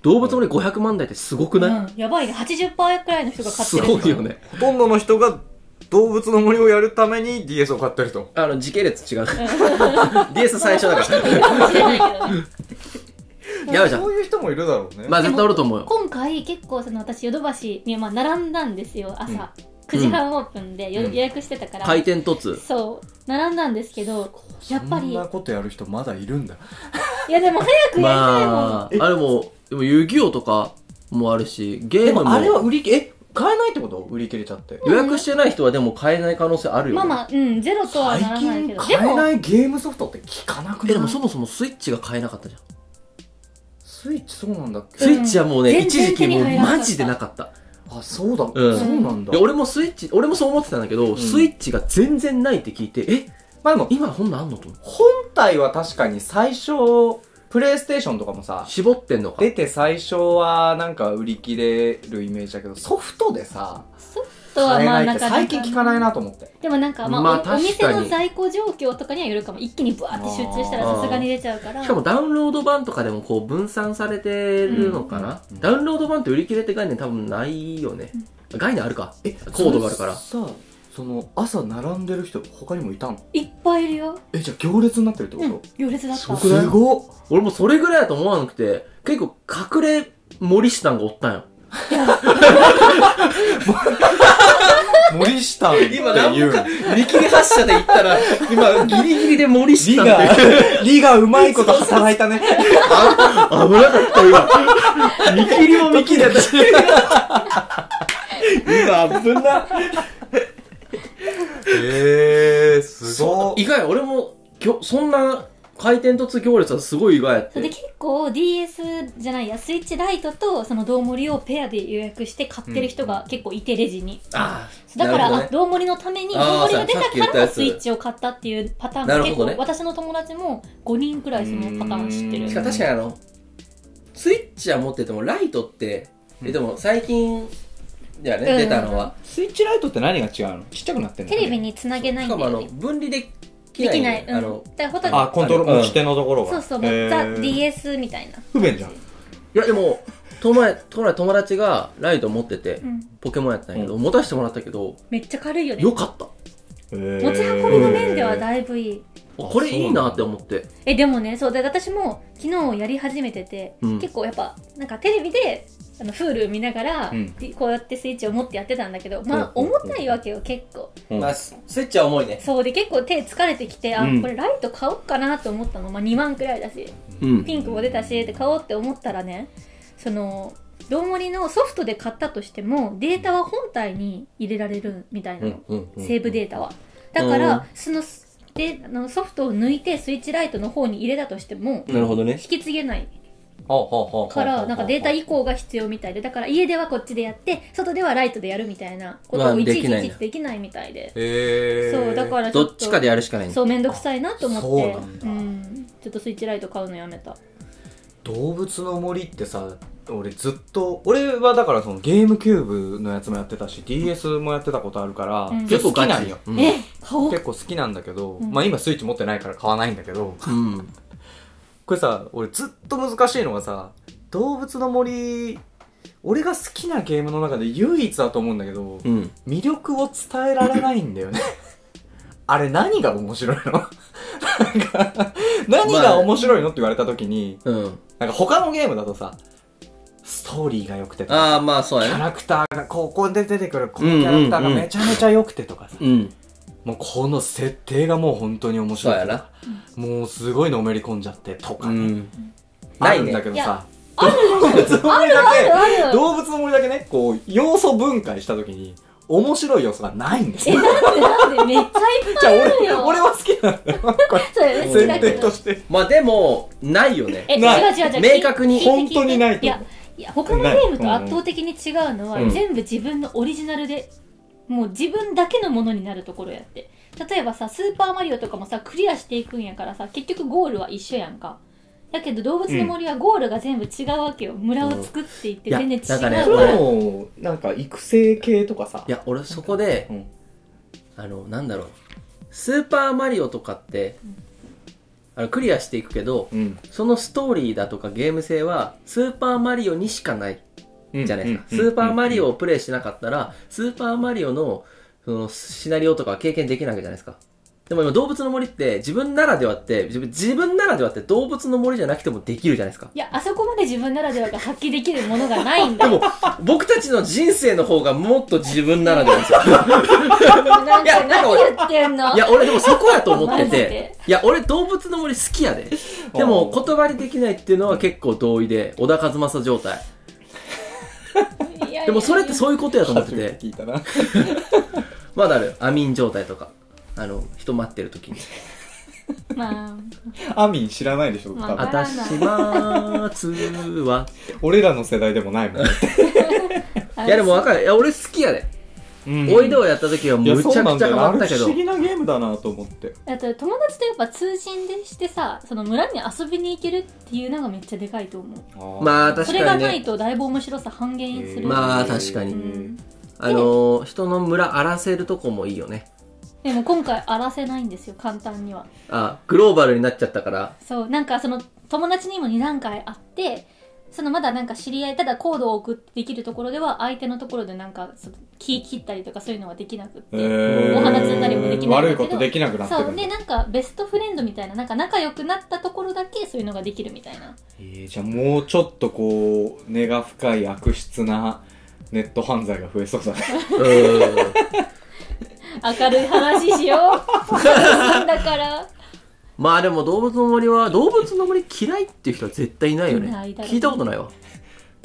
[SPEAKER 2] 動物の森500万台ってすごくない、
[SPEAKER 3] うん、やばいね80%くらいの人が買って
[SPEAKER 2] す
[SPEAKER 3] る
[SPEAKER 2] ごいよね
[SPEAKER 4] ほとんどの人が動物の森をやるために DS を買ってると。
[SPEAKER 2] あの時系列違う DS 最初だから
[SPEAKER 3] かもしれないけどね
[SPEAKER 2] やばいじゃん
[SPEAKER 4] そういう人もいるだろうね。
[SPEAKER 2] まあ絶対おると思うよ
[SPEAKER 3] 今回結構その私ヨドバシにまあ並んだんですよ朝、
[SPEAKER 4] うん
[SPEAKER 3] 9時半オープンでよ
[SPEAKER 4] うん
[SPEAKER 3] 予約してたから、
[SPEAKER 2] 回転突
[SPEAKER 3] そう並んだんですけどやっぱ
[SPEAKER 4] そ
[SPEAKER 3] り
[SPEAKER 4] んなことやる人まだいるんだ。
[SPEAKER 3] いやでも早くやりたいもん、
[SPEAKER 2] まああれもでも遊戯王とかもあるしゲー
[SPEAKER 1] で
[SPEAKER 2] ム
[SPEAKER 1] もあれは
[SPEAKER 2] も
[SPEAKER 1] 売り切れ、え、買えないってこと売り切れちゃって。
[SPEAKER 2] 予約してない人はでも買えない可能性あるよ、
[SPEAKER 3] ま
[SPEAKER 2] ね
[SPEAKER 3] あまあうんゼロとはならないけどで
[SPEAKER 1] 買え
[SPEAKER 3] も
[SPEAKER 1] ないゲームソフトって聞かなく
[SPEAKER 2] え
[SPEAKER 1] ない
[SPEAKER 2] でもそもそもスイッチが買えなかったじゃん
[SPEAKER 1] スイッチそうなんだっけ
[SPEAKER 2] スイッチはもうね、
[SPEAKER 3] 全然
[SPEAKER 2] 一時期もう
[SPEAKER 3] 手に入らなかった
[SPEAKER 2] マジでなかった
[SPEAKER 1] あ、そうだ、
[SPEAKER 2] うん
[SPEAKER 1] そうなんだ
[SPEAKER 2] で。俺もスイッチ俺もそう思ってたんだけど、
[SPEAKER 4] ん
[SPEAKER 2] スイッチが全然ないって聞いてえ
[SPEAKER 1] まあでも、
[SPEAKER 2] 今こんなんあんのと思って
[SPEAKER 1] 本体は確かに最初、プレイステーションとかもさ、
[SPEAKER 2] 絞ってんのか
[SPEAKER 1] 出て最初はなんか売り切れるイメージだけど、ソフトでさ、
[SPEAKER 3] ソフトは
[SPEAKER 1] 買え
[SPEAKER 3] まあ
[SPEAKER 1] ないっ
[SPEAKER 3] な
[SPEAKER 1] て
[SPEAKER 3] かなか
[SPEAKER 1] 最近聞かないなと思って。
[SPEAKER 3] でもなんかまあ、
[SPEAKER 2] まあ
[SPEAKER 3] おお
[SPEAKER 2] 確か
[SPEAKER 3] 店
[SPEAKER 2] に
[SPEAKER 3] の在庫状況とかにはよるかも一気にブワーって集中したら
[SPEAKER 2] あー
[SPEAKER 3] さすがに出ちゃうから
[SPEAKER 2] しかもダウンロード版とかでもこう分散されてるのかな、ダウンロード版って売り切れって概念多分ないよね、概念あるか
[SPEAKER 1] え、
[SPEAKER 2] コードがあるから
[SPEAKER 1] それさ、その、朝並んでる人、他にもいたの
[SPEAKER 3] いっぱいいるよ
[SPEAKER 1] え、じゃあ行列になってるってこ
[SPEAKER 3] うん
[SPEAKER 1] と、
[SPEAKER 3] 行列だった
[SPEAKER 2] ごくない
[SPEAKER 1] すごっ
[SPEAKER 2] 俺もそれぐらいだと思わなくて結構隠れ森下がおったんよ
[SPEAKER 4] 森下っていう。
[SPEAKER 2] 見切り発車で行ったら 今ギリギリで森
[SPEAKER 1] リ
[SPEAKER 2] 下
[SPEAKER 1] が、リがうまいこと働いたね。
[SPEAKER 2] 危なかった今。見切り も見切れたし。今危な。
[SPEAKER 4] えー、すごい。
[SPEAKER 2] 意外、俺も、きょそんな回転突行列はすごい意外やっ
[SPEAKER 3] それで
[SPEAKER 2] て。
[SPEAKER 3] 結構 DS じゃないやスイッチライトとそのどうもりをペアで予約して買ってる人が結構いてレジに、
[SPEAKER 2] ああ、
[SPEAKER 3] だか
[SPEAKER 2] なる
[SPEAKER 3] ら
[SPEAKER 2] ほど
[SPEAKER 3] あ
[SPEAKER 2] ね。
[SPEAKER 3] どうもりのために
[SPEAKER 2] あー
[SPEAKER 3] どうもりが出
[SPEAKER 2] ささっき言ったた
[SPEAKER 3] か
[SPEAKER 2] や
[SPEAKER 3] ら
[SPEAKER 2] つ
[SPEAKER 3] スイッチを買ったっていうパターン
[SPEAKER 2] な
[SPEAKER 3] が
[SPEAKER 2] る
[SPEAKER 3] 結
[SPEAKER 2] ほど
[SPEAKER 3] 構、
[SPEAKER 2] ね
[SPEAKER 3] 私の友達も5人くらいそのパターン知って
[SPEAKER 4] う
[SPEAKER 3] る
[SPEAKER 4] ん
[SPEAKER 2] しかも確かにあの、スイッチは持ってても、ライトって、えでも最近、じゃね、
[SPEAKER 3] うん
[SPEAKER 2] 出たのは、
[SPEAKER 1] スイッチライトって何が違うのちっちゃくなってんの
[SPEAKER 3] テレビにつなげない
[SPEAKER 2] し
[SPEAKER 3] ん
[SPEAKER 2] か
[SPEAKER 3] だ
[SPEAKER 2] もあ
[SPEAKER 3] よ
[SPEAKER 2] の、
[SPEAKER 3] ね
[SPEAKER 2] 分離でき
[SPEAKER 3] で
[SPEAKER 2] ない
[SPEAKER 3] き
[SPEAKER 2] んだ
[SPEAKER 3] な
[SPEAKER 2] よ
[SPEAKER 3] い、
[SPEAKER 2] あの
[SPEAKER 3] うん、だから
[SPEAKER 1] あ、
[SPEAKER 3] ほ
[SPEAKER 1] コントロー
[SPEAKER 2] うん
[SPEAKER 1] ル、持ち手のところ
[SPEAKER 3] とそ
[SPEAKER 1] が。
[SPEAKER 3] うそう、
[SPEAKER 4] へー
[SPEAKER 3] ザ・ DS みたいな
[SPEAKER 1] 不便じゃん。
[SPEAKER 2] いやでも、友達この前友達がライト持ってて
[SPEAKER 3] うん、
[SPEAKER 2] ポケモンやったんやけど、持たせてもらったけど、
[SPEAKER 3] めっちゃ軽いよね
[SPEAKER 2] よかった。
[SPEAKER 4] 持
[SPEAKER 3] 持ち運びの面ではだいぶいい
[SPEAKER 2] これいいなって思って。
[SPEAKER 3] えでもねそうで私も昨日やり始めてて、
[SPEAKER 2] うん
[SPEAKER 3] 結構やっぱなんかテレビであの Hulu 見ながら、
[SPEAKER 1] うん
[SPEAKER 3] でこうやってスイッチを持ってやってたんだけどまあ
[SPEAKER 1] うんうん
[SPEAKER 3] 重たいわけよ結構
[SPEAKER 1] うん
[SPEAKER 2] まあ、ススイッチは重いね。
[SPEAKER 3] そうで結構手疲れてきてあ、
[SPEAKER 1] うん
[SPEAKER 3] これライト買おうかなと思ったの、まあ、2万くらいだし
[SPEAKER 2] うん。
[SPEAKER 3] ピンクも出たしで買おうって思ったらねそのどんもりのソフトで買ったとしてもデータは本体に入れられるみたいなの、
[SPEAKER 1] うん
[SPEAKER 3] セーブデータは。だから、
[SPEAKER 2] うん
[SPEAKER 3] そのであのソフトを抜いてスイッチライトの方に入れたとしても、
[SPEAKER 2] なるほどね。
[SPEAKER 3] 引き継げない
[SPEAKER 1] ほうほうほうほう
[SPEAKER 3] からなんかデータ移行が必要みたいでだから家ではこっちでやって外ではライトでやるみたいなこと
[SPEAKER 2] まあ
[SPEAKER 3] をいち
[SPEAKER 2] で
[SPEAKER 3] い
[SPEAKER 2] きないん
[SPEAKER 3] ち
[SPEAKER 2] だ
[SPEAKER 3] できないみたいで、
[SPEAKER 4] えー。
[SPEAKER 3] そうだからちょ
[SPEAKER 2] ど
[SPEAKER 3] っと
[SPEAKER 2] っちかでやるしかないんだ
[SPEAKER 3] そう面倒くさいなと思っ
[SPEAKER 1] そう
[SPEAKER 3] て
[SPEAKER 1] なんだ
[SPEAKER 3] んちょっとスイッチライト買うのやめた
[SPEAKER 1] 動物の森ってさ、俺ずっと、俺はだからそのゲームキューブのやつもやってたし、DS もやってたことあるから、
[SPEAKER 3] うん
[SPEAKER 1] 結構好きな
[SPEAKER 2] 結構ガ
[SPEAKER 1] ん
[SPEAKER 2] チ
[SPEAKER 1] よ。
[SPEAKER 2] うん
[SPEAKER 3] え買おう
[SPEAKER 1] 結構好きなんだけど、
[SPEAKER 3] ん
[SPEAKER 1] まあ今スイッチ持ってないから買わないんだけど、
[SPEAKER 2] うん。
[SPEAKER 1] これさ、俺ずっと難しいのがさ、動物の森、俺が好きなゲームの中で唯一だと思うんだけど、
[SPEAKER 2] うん。
[SPEAKER 1] 魅力を伝えられないんだよね。 あれ何が面白いの なんか、何が面白いのって言われた時に、
[SPEAKER 2] うん。
[SPEAKER 1] なんか他のゲームだとさ、ストーリーが良くてとか、
[SPEAKER 2] ああ、まあそう
[SPEAKER 1] キ
[SPEAKER 2] や
[SPEAKER 1] ャ
[SPEAKER 2] ね。
[SPEAKER 1] ラクターが、ここで出てくるこのキャラクターがめちゃめちゃ良くてとかさ、
[SPEAKER 2] うん。
[SPEAKER 1] もうこの設定がもう本当に面白いとか、もうすごいのめり込んじゃってと
[SPEAKER 2] う
[SPEAKER 1] かね、
[SPEAKER 2] ん。
[SPEAKER 1] あ
[SPEAKER 2] ない
[SPEAKER 1] るん
[SPEAKER 2] ね
[SPEAKER 1] だ。けど
[SPEAKER 3] い
[SPEAKER 1] さ
[SPEAKER 3] や、
[SPEAKER 1] 動物の森だ
[SPEAKER 3] ある
[SPEAKER 1] け、
[SPEAKER 3] ある
[SPEAKER 1] 動物の森だけね、こう、要素分解した時に、面白い要素がないんです
[SPEAKER 3] え
[SPEAKER 1] よ。
[SPEAKER 3] なんでなんでめっちゃいっ
[SPEAKER 1] じゃあ
[SPEAKER 3] ぱいある
[SPEAKER 1] 俺、
[SPEAKER 3] よ
[SPEAKER 1] 俺は好きなんだよ。これ
[SPEAKER 3] そうよね好きだ
[SPEAKER 1] 前
[SPEAKER 3] け
[SPEAKER 1] 提と
[SPEAKER 3] ど
[SPEAKER 1] して。
[SPEAKER 2] まあでも、ないよね。
[SPEAKER 3] え違う
[SPEAKER 1] ない
[SPEAKER 3] 違う違う
[SPEAKER 2] 明確に
[SPEAKER 3] 聞いて聞い
[SPEAKER 1] 本
[SPEAKER 3] て
[SPEAKER 1] 当にないと
[SPEAKER 3] いやいや他のゲームと圧倒的に違うのは、
[SPEAKER 1] ないうん
[SPEAKER 3] 全部自分のオリジナルでもう自分だけのものになるところやって例えばさ「スーパーマリオ」とかもさクリアしていくんやからさ結局ゴールは一緒やんかだけど動物の森はゴールが全部違うわけよ、村を作っていって
[SPEAKER 2] うん
[SPEAKER 3] 全然違う
[SPEAKER 2] いやなんかね
[SPEAKER 3] か
[SPEAKER 2] 俺
[SPEAKER 3] ら、
[SPEAKER 1] もう、なんか育成系とかさ
[SPEAKER 2] いや、俺そこで
[SPEAKER 1] うん、
[SPEAKER 2] あの、なんだろう。スーパーマリオとかって、あのクリアしていくけど、
[SPEAKER 1] うん
[SPEAKER 2] そのストーリーだとかゲーム性は、スーパーマリオにしかないじゃないですか。スーパーマリオをプレイしなかったら、スーパーマリオの、その、シナリオとかは経験できないわけじゃないですか。でも今、動物の森って、自分ならではって、自分自分ならではって動物の森じゃなくてもできるじゃないですか。
[SPEAKER 3] いやあそこまで自分ならではが発揮できるものがないん
[SPEAKER 2] で
[SPEAKER 3] だ
[SPEAKER 2] も、僕たちの人生の方がもっと自分ならでは ですよ。
[SPEAKER 3] なん
[SPEAKER 2] いや
[SPEAKER 3] か
[SPEAKER 2] なんか
[SPEAKER 3] 何言ってんの
[SPEAKER 2] いや、俺でもそこやと思って
[SPEAKER 3] マジ
[SPEAKER 2] て
[SPEAKER 3] で。
[SPEAKER 2] いや、俺動物の森好きやで。でも言葉にできないっていうのは結構同意で、小田和正状態。
[SPEAKER 3] いや
[SPEAKER 2] でもそれって
[SPEAKER 3] う
[SPEAKER 2] そういうことやと思って
[SPEAKER 1] 初
[SPEAKER 2] て
[SPEAKER 1] め。て聞いたな
[SPEAKER 2] まだあるよアミン状態とか。あの、人待ってる時に。
[SPEAKER 3] まあ
[SPEAKER 1] アミン知らないでしょ多
[SPEAKER 3] まあ
[SPEAKER 2] あ
[SPEAKER 1] 分
[SPEAKER 2] たしまーつーは。
[SPEAKER 1] 俺らの世代でもないもん
[SPEAKER 3] あ
[SPEAKER 2] いやでもわかる。いや、俺好きやで。
[SPEAKER 1] うん
[SPEAKER 2] おいでをやった時はむ
[SPEAKER 1] い
[SPEAKER 2] ちゃ
[SPEAKER 1] や
[SPEAKER 2] くち
[SPEAKER 1] そう
[SPEAKER 2] ゃ
[SPEAKER 1] な
[SPEAKER 2] ハ
[SPEAKER 1] んだよ
[SPEAKER 2] マっ
[SPEAKER 1] あ
[SPEAKER 2] た
[SPEAKER 1] れ
[SPEAKER 2] け
[SPEAKER 1] 不
[SPEAKER 2] ど
[SPEAKER 1] 思。議なゲームだなと思って
[SPEAKER 3] だって友達とやっぱ通信でしてさその村に遊びに行けるっていうのがめっちゃでかいと思う
[SPEAKER 2] まあ確
[SPEAKER 3] そ
[SPEAKER 2] か
[SPEAKER 3] れが
[SPEAKER 2] に
[SPEAKER 3] ない
[SPEAKER 2] ね。
[SPEAKER 3] とだいぶ面白さ半減する
[SPEAKER 2] まあ確かに
[SPEAKER 3] うん
[SPEAKER 2] あのー、人の村荒らせるとこもいいよね。
[SPEAKER 3] でも今回荒らせないんですよ簡単には
[SPEAKER 2] あ、グローバルになっちゃったから。
[SPEAKER 3] そうなんかその友達にも2段階あってそのまだなんか知り合いただコードを送ってできるところでは相手のところでなんかその木切ったりとかそういうのはできなくって、お花摘んだりもできないんだけ
[SPEAKER 1] 悪
[SPEAKER 3] ど
[SPEAKER 1] いことできなくなって
[SPEAKER 3] そ
[SPEAKER 1] る
[SPEAKER 3] うん
[SPEAKER 1] だ
[SPEAKER 3] でなんかベストフレンドみたいななんか仲良くなったところだけそういうのができるみたいな
[SPEAKER 1] えーじゃあもうちょっとこう根が深い悪質なネット犯罪が増えそう だね
[SPEAKER 2] うーん。
[SPEAKER 3] 明るい話しよう だから
[SPEAKER 2] まあでも動物の森は、動物の森嫌いっていう人は絶対いないよね
[SPEAKER 3] いない。だろうね
[SPEAKER 2] 聞いたことないわ。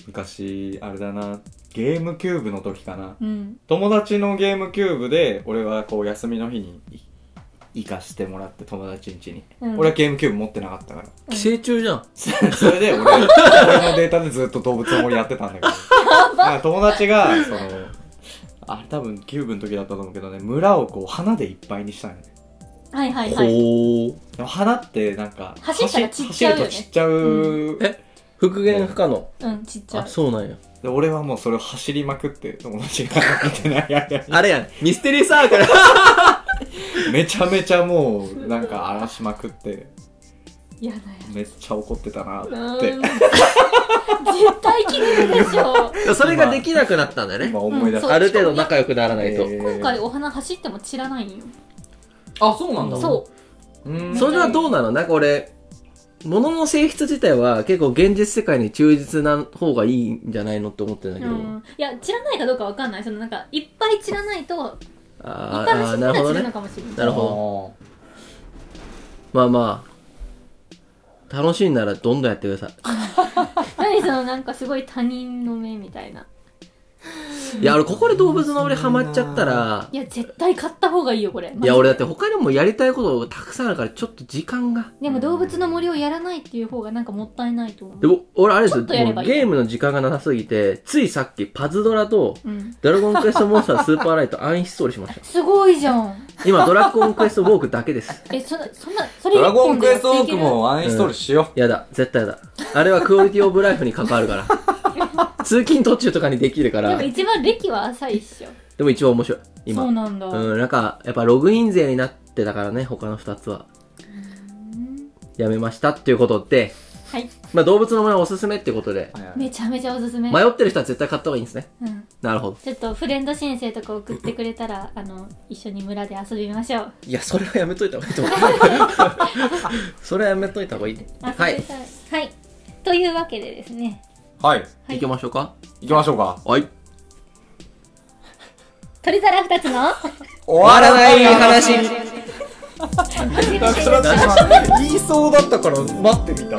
[SPEAKER 1] 昔あれだなゲームキューブの時かな
[SPEAKER 3] うん
[SPEAKER 1] 友達のゲームキューブで俺はこう休みの日にい行かしてもらって友達ん家に、
[SPEAKER 3] うん
[SPEAKER 1] 俺はゲームキューブ持ってなかったから
[SPEAKER 2] 寄生虫じゃん。
[SPEAKER 1] それで俺俺のデータでずっと動物の森やってたんだけどなんか友達がそのあれ多分キューブの時だったと思うけどね村をこう花でいっぱいにしたんよね
[SPEAKER 3] はいはいはい
[SPEAKER 2] ほー。
[SPEAKER 1] でも花ってなんか
[SPEAKER 3] 走ったら散っちゃうよね
[SPEAKER 1] 走ると散っちゃう、
[SPEAKER 2] え復元不可能。
[SPEAKER 3] うんちっちゃ
[SPEAKER 2] あ、
[SPEAKER 3] い
[SPEAKER 2] そうなんや。
[SPEAKER 1] で俺はもうそれを走りまくって友達が見てない間
[SPEAKER 2] あれやん。ミステリーサークル。
[SPEAKER 1] にめちゃめちゃもうなんか荒らしまくって
[SPEAKER 3] 嫌だよ
[SPEAKER 1] めっちゃ怒ってたな
[SPEAKER 3] う
[SPEAKER 1] って
[SPEAKER 3] ーん絶対気になるでしょ
[SPEAKER 2] それができなくなったんだよね
[SPEAKER 1] 今。思い出し
[SPEAKER 3] うん
[SPEAKER 1] た、
[SPEAKER 2] ある程度仲良くならないと。
[SPEAKER 1] えー
[SPEAKER 3] 今回お花走っても散らないんよ
[SPEAKER 1] あそうなんだ
[SPEAKER 3] そう
[SPEAKER 1] うん
[SPEAKER 2] それはどうなのなんか俺、物の性質自体は結構現実世界に忠実な方がいいんじゃないのって思ってんだ
[SPEAKER 3] う、
[SPEAKER 2] け
[SPEAKER 3] う
[SPEAKER 2] ど。
[SPEAKER 3] ん、いや散らないかどうかわかんないそのなんかいっぱい散らないと一
[SPEAKER 2] あ
[SPEAKER 3] 般
[SPEAKER 2] ー
[SPEAKER 3] の
[SPEAKER 2] あー、
[SPEAKER 3] 人
[SPEAKER 2] なるほど
[SPEAKER 3] なら散るの
[SPEAKER 2] ね。
[SPEAKER 3] かもしれない
[SPEAKER 2] なるほまあまあ、楽しいならどんどんやってください。
[SPEAKER 3] 何そのなんかすごい他人の目みたいない
[SPEAKER 2] や、俺ここで動物の俺ハマっちゃったら、
[SPEAKER 3] いや絶対買った方がいいよこれマジ
[SPEAKER 2] い
[SPEAKER 3] で
[SPEAKER 2] や、俺だって他にもやりたいことがたくさんあるから、ちょっと時間が。
[SPEAKER 3] でも動物の森をやらないっていう方がなんかもったいないと思
[SPEAKER 2] で
[SPEAKER 3] う
[SPEAKER 2] も、俺あれです
[SPEAKER 3] ち
[SPEAKER 2] よ、
[SPEAKER 3] ょっとや
[SPEAKER 2] も
[SPEAKER 3] れ
[SPEAKER 2] う
[SPEAKER 3] ばいい
[SPEAKER 2] ゲームの時間がなさすぎて、ついさっきパズドラと、
[SPEAKER 3] うん
[SPEAKER 2] ドラゴンクエストモンスタースーパーライト暗筆総理しました。
[SPEAKER 3] すごいじゃん
[SPEAKER 2] 今、ドラゴンクエストウォークだけです。
[SPEAKER 3] えそそんなそれ
[SPEAKER 1] ド
[SPEAKER 3] 一
[SPEAKER 1] ラゴ
[SPEAKER 3] 本
[SPEAKER 1] ンク
[SPEAKER 3] でや
[SPEAKER 1] エ
[SPEAKER 3] っ
[SPEAKER 1] ストウ
[SPEAKER 3] て
[SPEAKER 1] ォ
[SPEAKER 3] い
[SPEAKER 1] ー
[SPEAKER 3] け
[SPEAKER 1] ク
[SPEAKER 3] る
[SPEAKER 1] もアンインストールしよ
[SPEAKER 2] やだ、絶対やだ。あれはクオリティオブライフに関わる から。通勤途中とかにできるか
[SPEAKER 3] で
[SPEAKER 2] ら
[SPEAKER 3] も、一番歴は浅いっしょ
[SPEAKER 2] でも一番面白い、今。
[SPEAKER 3] そうなんだ、
[SPEAKER 2] うん、なんか、やっぱログイン税になってたからね、他の二つは。やめましたっていうことで、
[SPEAKER 3] はい
[SPEAKER 2] まあ動物のものはおすすめってことで
[SPEAKER 1] う、、はいはい
[SPEAKER 3] めちゃめちゃおすすめ、
[SPEAKER 2] 迷ってる人は絶対買った方がいいんですね。
[SPEAKER 3] うん、
[SPEAKER 2] なるほど。
[SPEAKER 3] ちょっとフレンド申請とか送ってくれたらあの一緒に村で遊びましょう
[SPEAKER 2] いや、それはやめといた方がいいと思 う。それはやめといた方がいいね。
[SPEAKER 3] 遊び
[SPEAKER 2] は
[SPEAKER 3] た
[SPEAKER 2] い。
[SPEAKER 3] いはい、というわけでですね
[SPEAKER 1] はい
[SPEAKER 3] はい
[SPEAKER 2] 行きましょうか。
[SPEAKER 1] 行きましょうか
[SPEAKER 2] はい。
[SPEAKER 3] 鳥皿2つの
[SPEAKER 1] 終
[SPEAKER 2] わらない話
[SPEAKER 1] なくなってしまった言いそうだったから待ってみた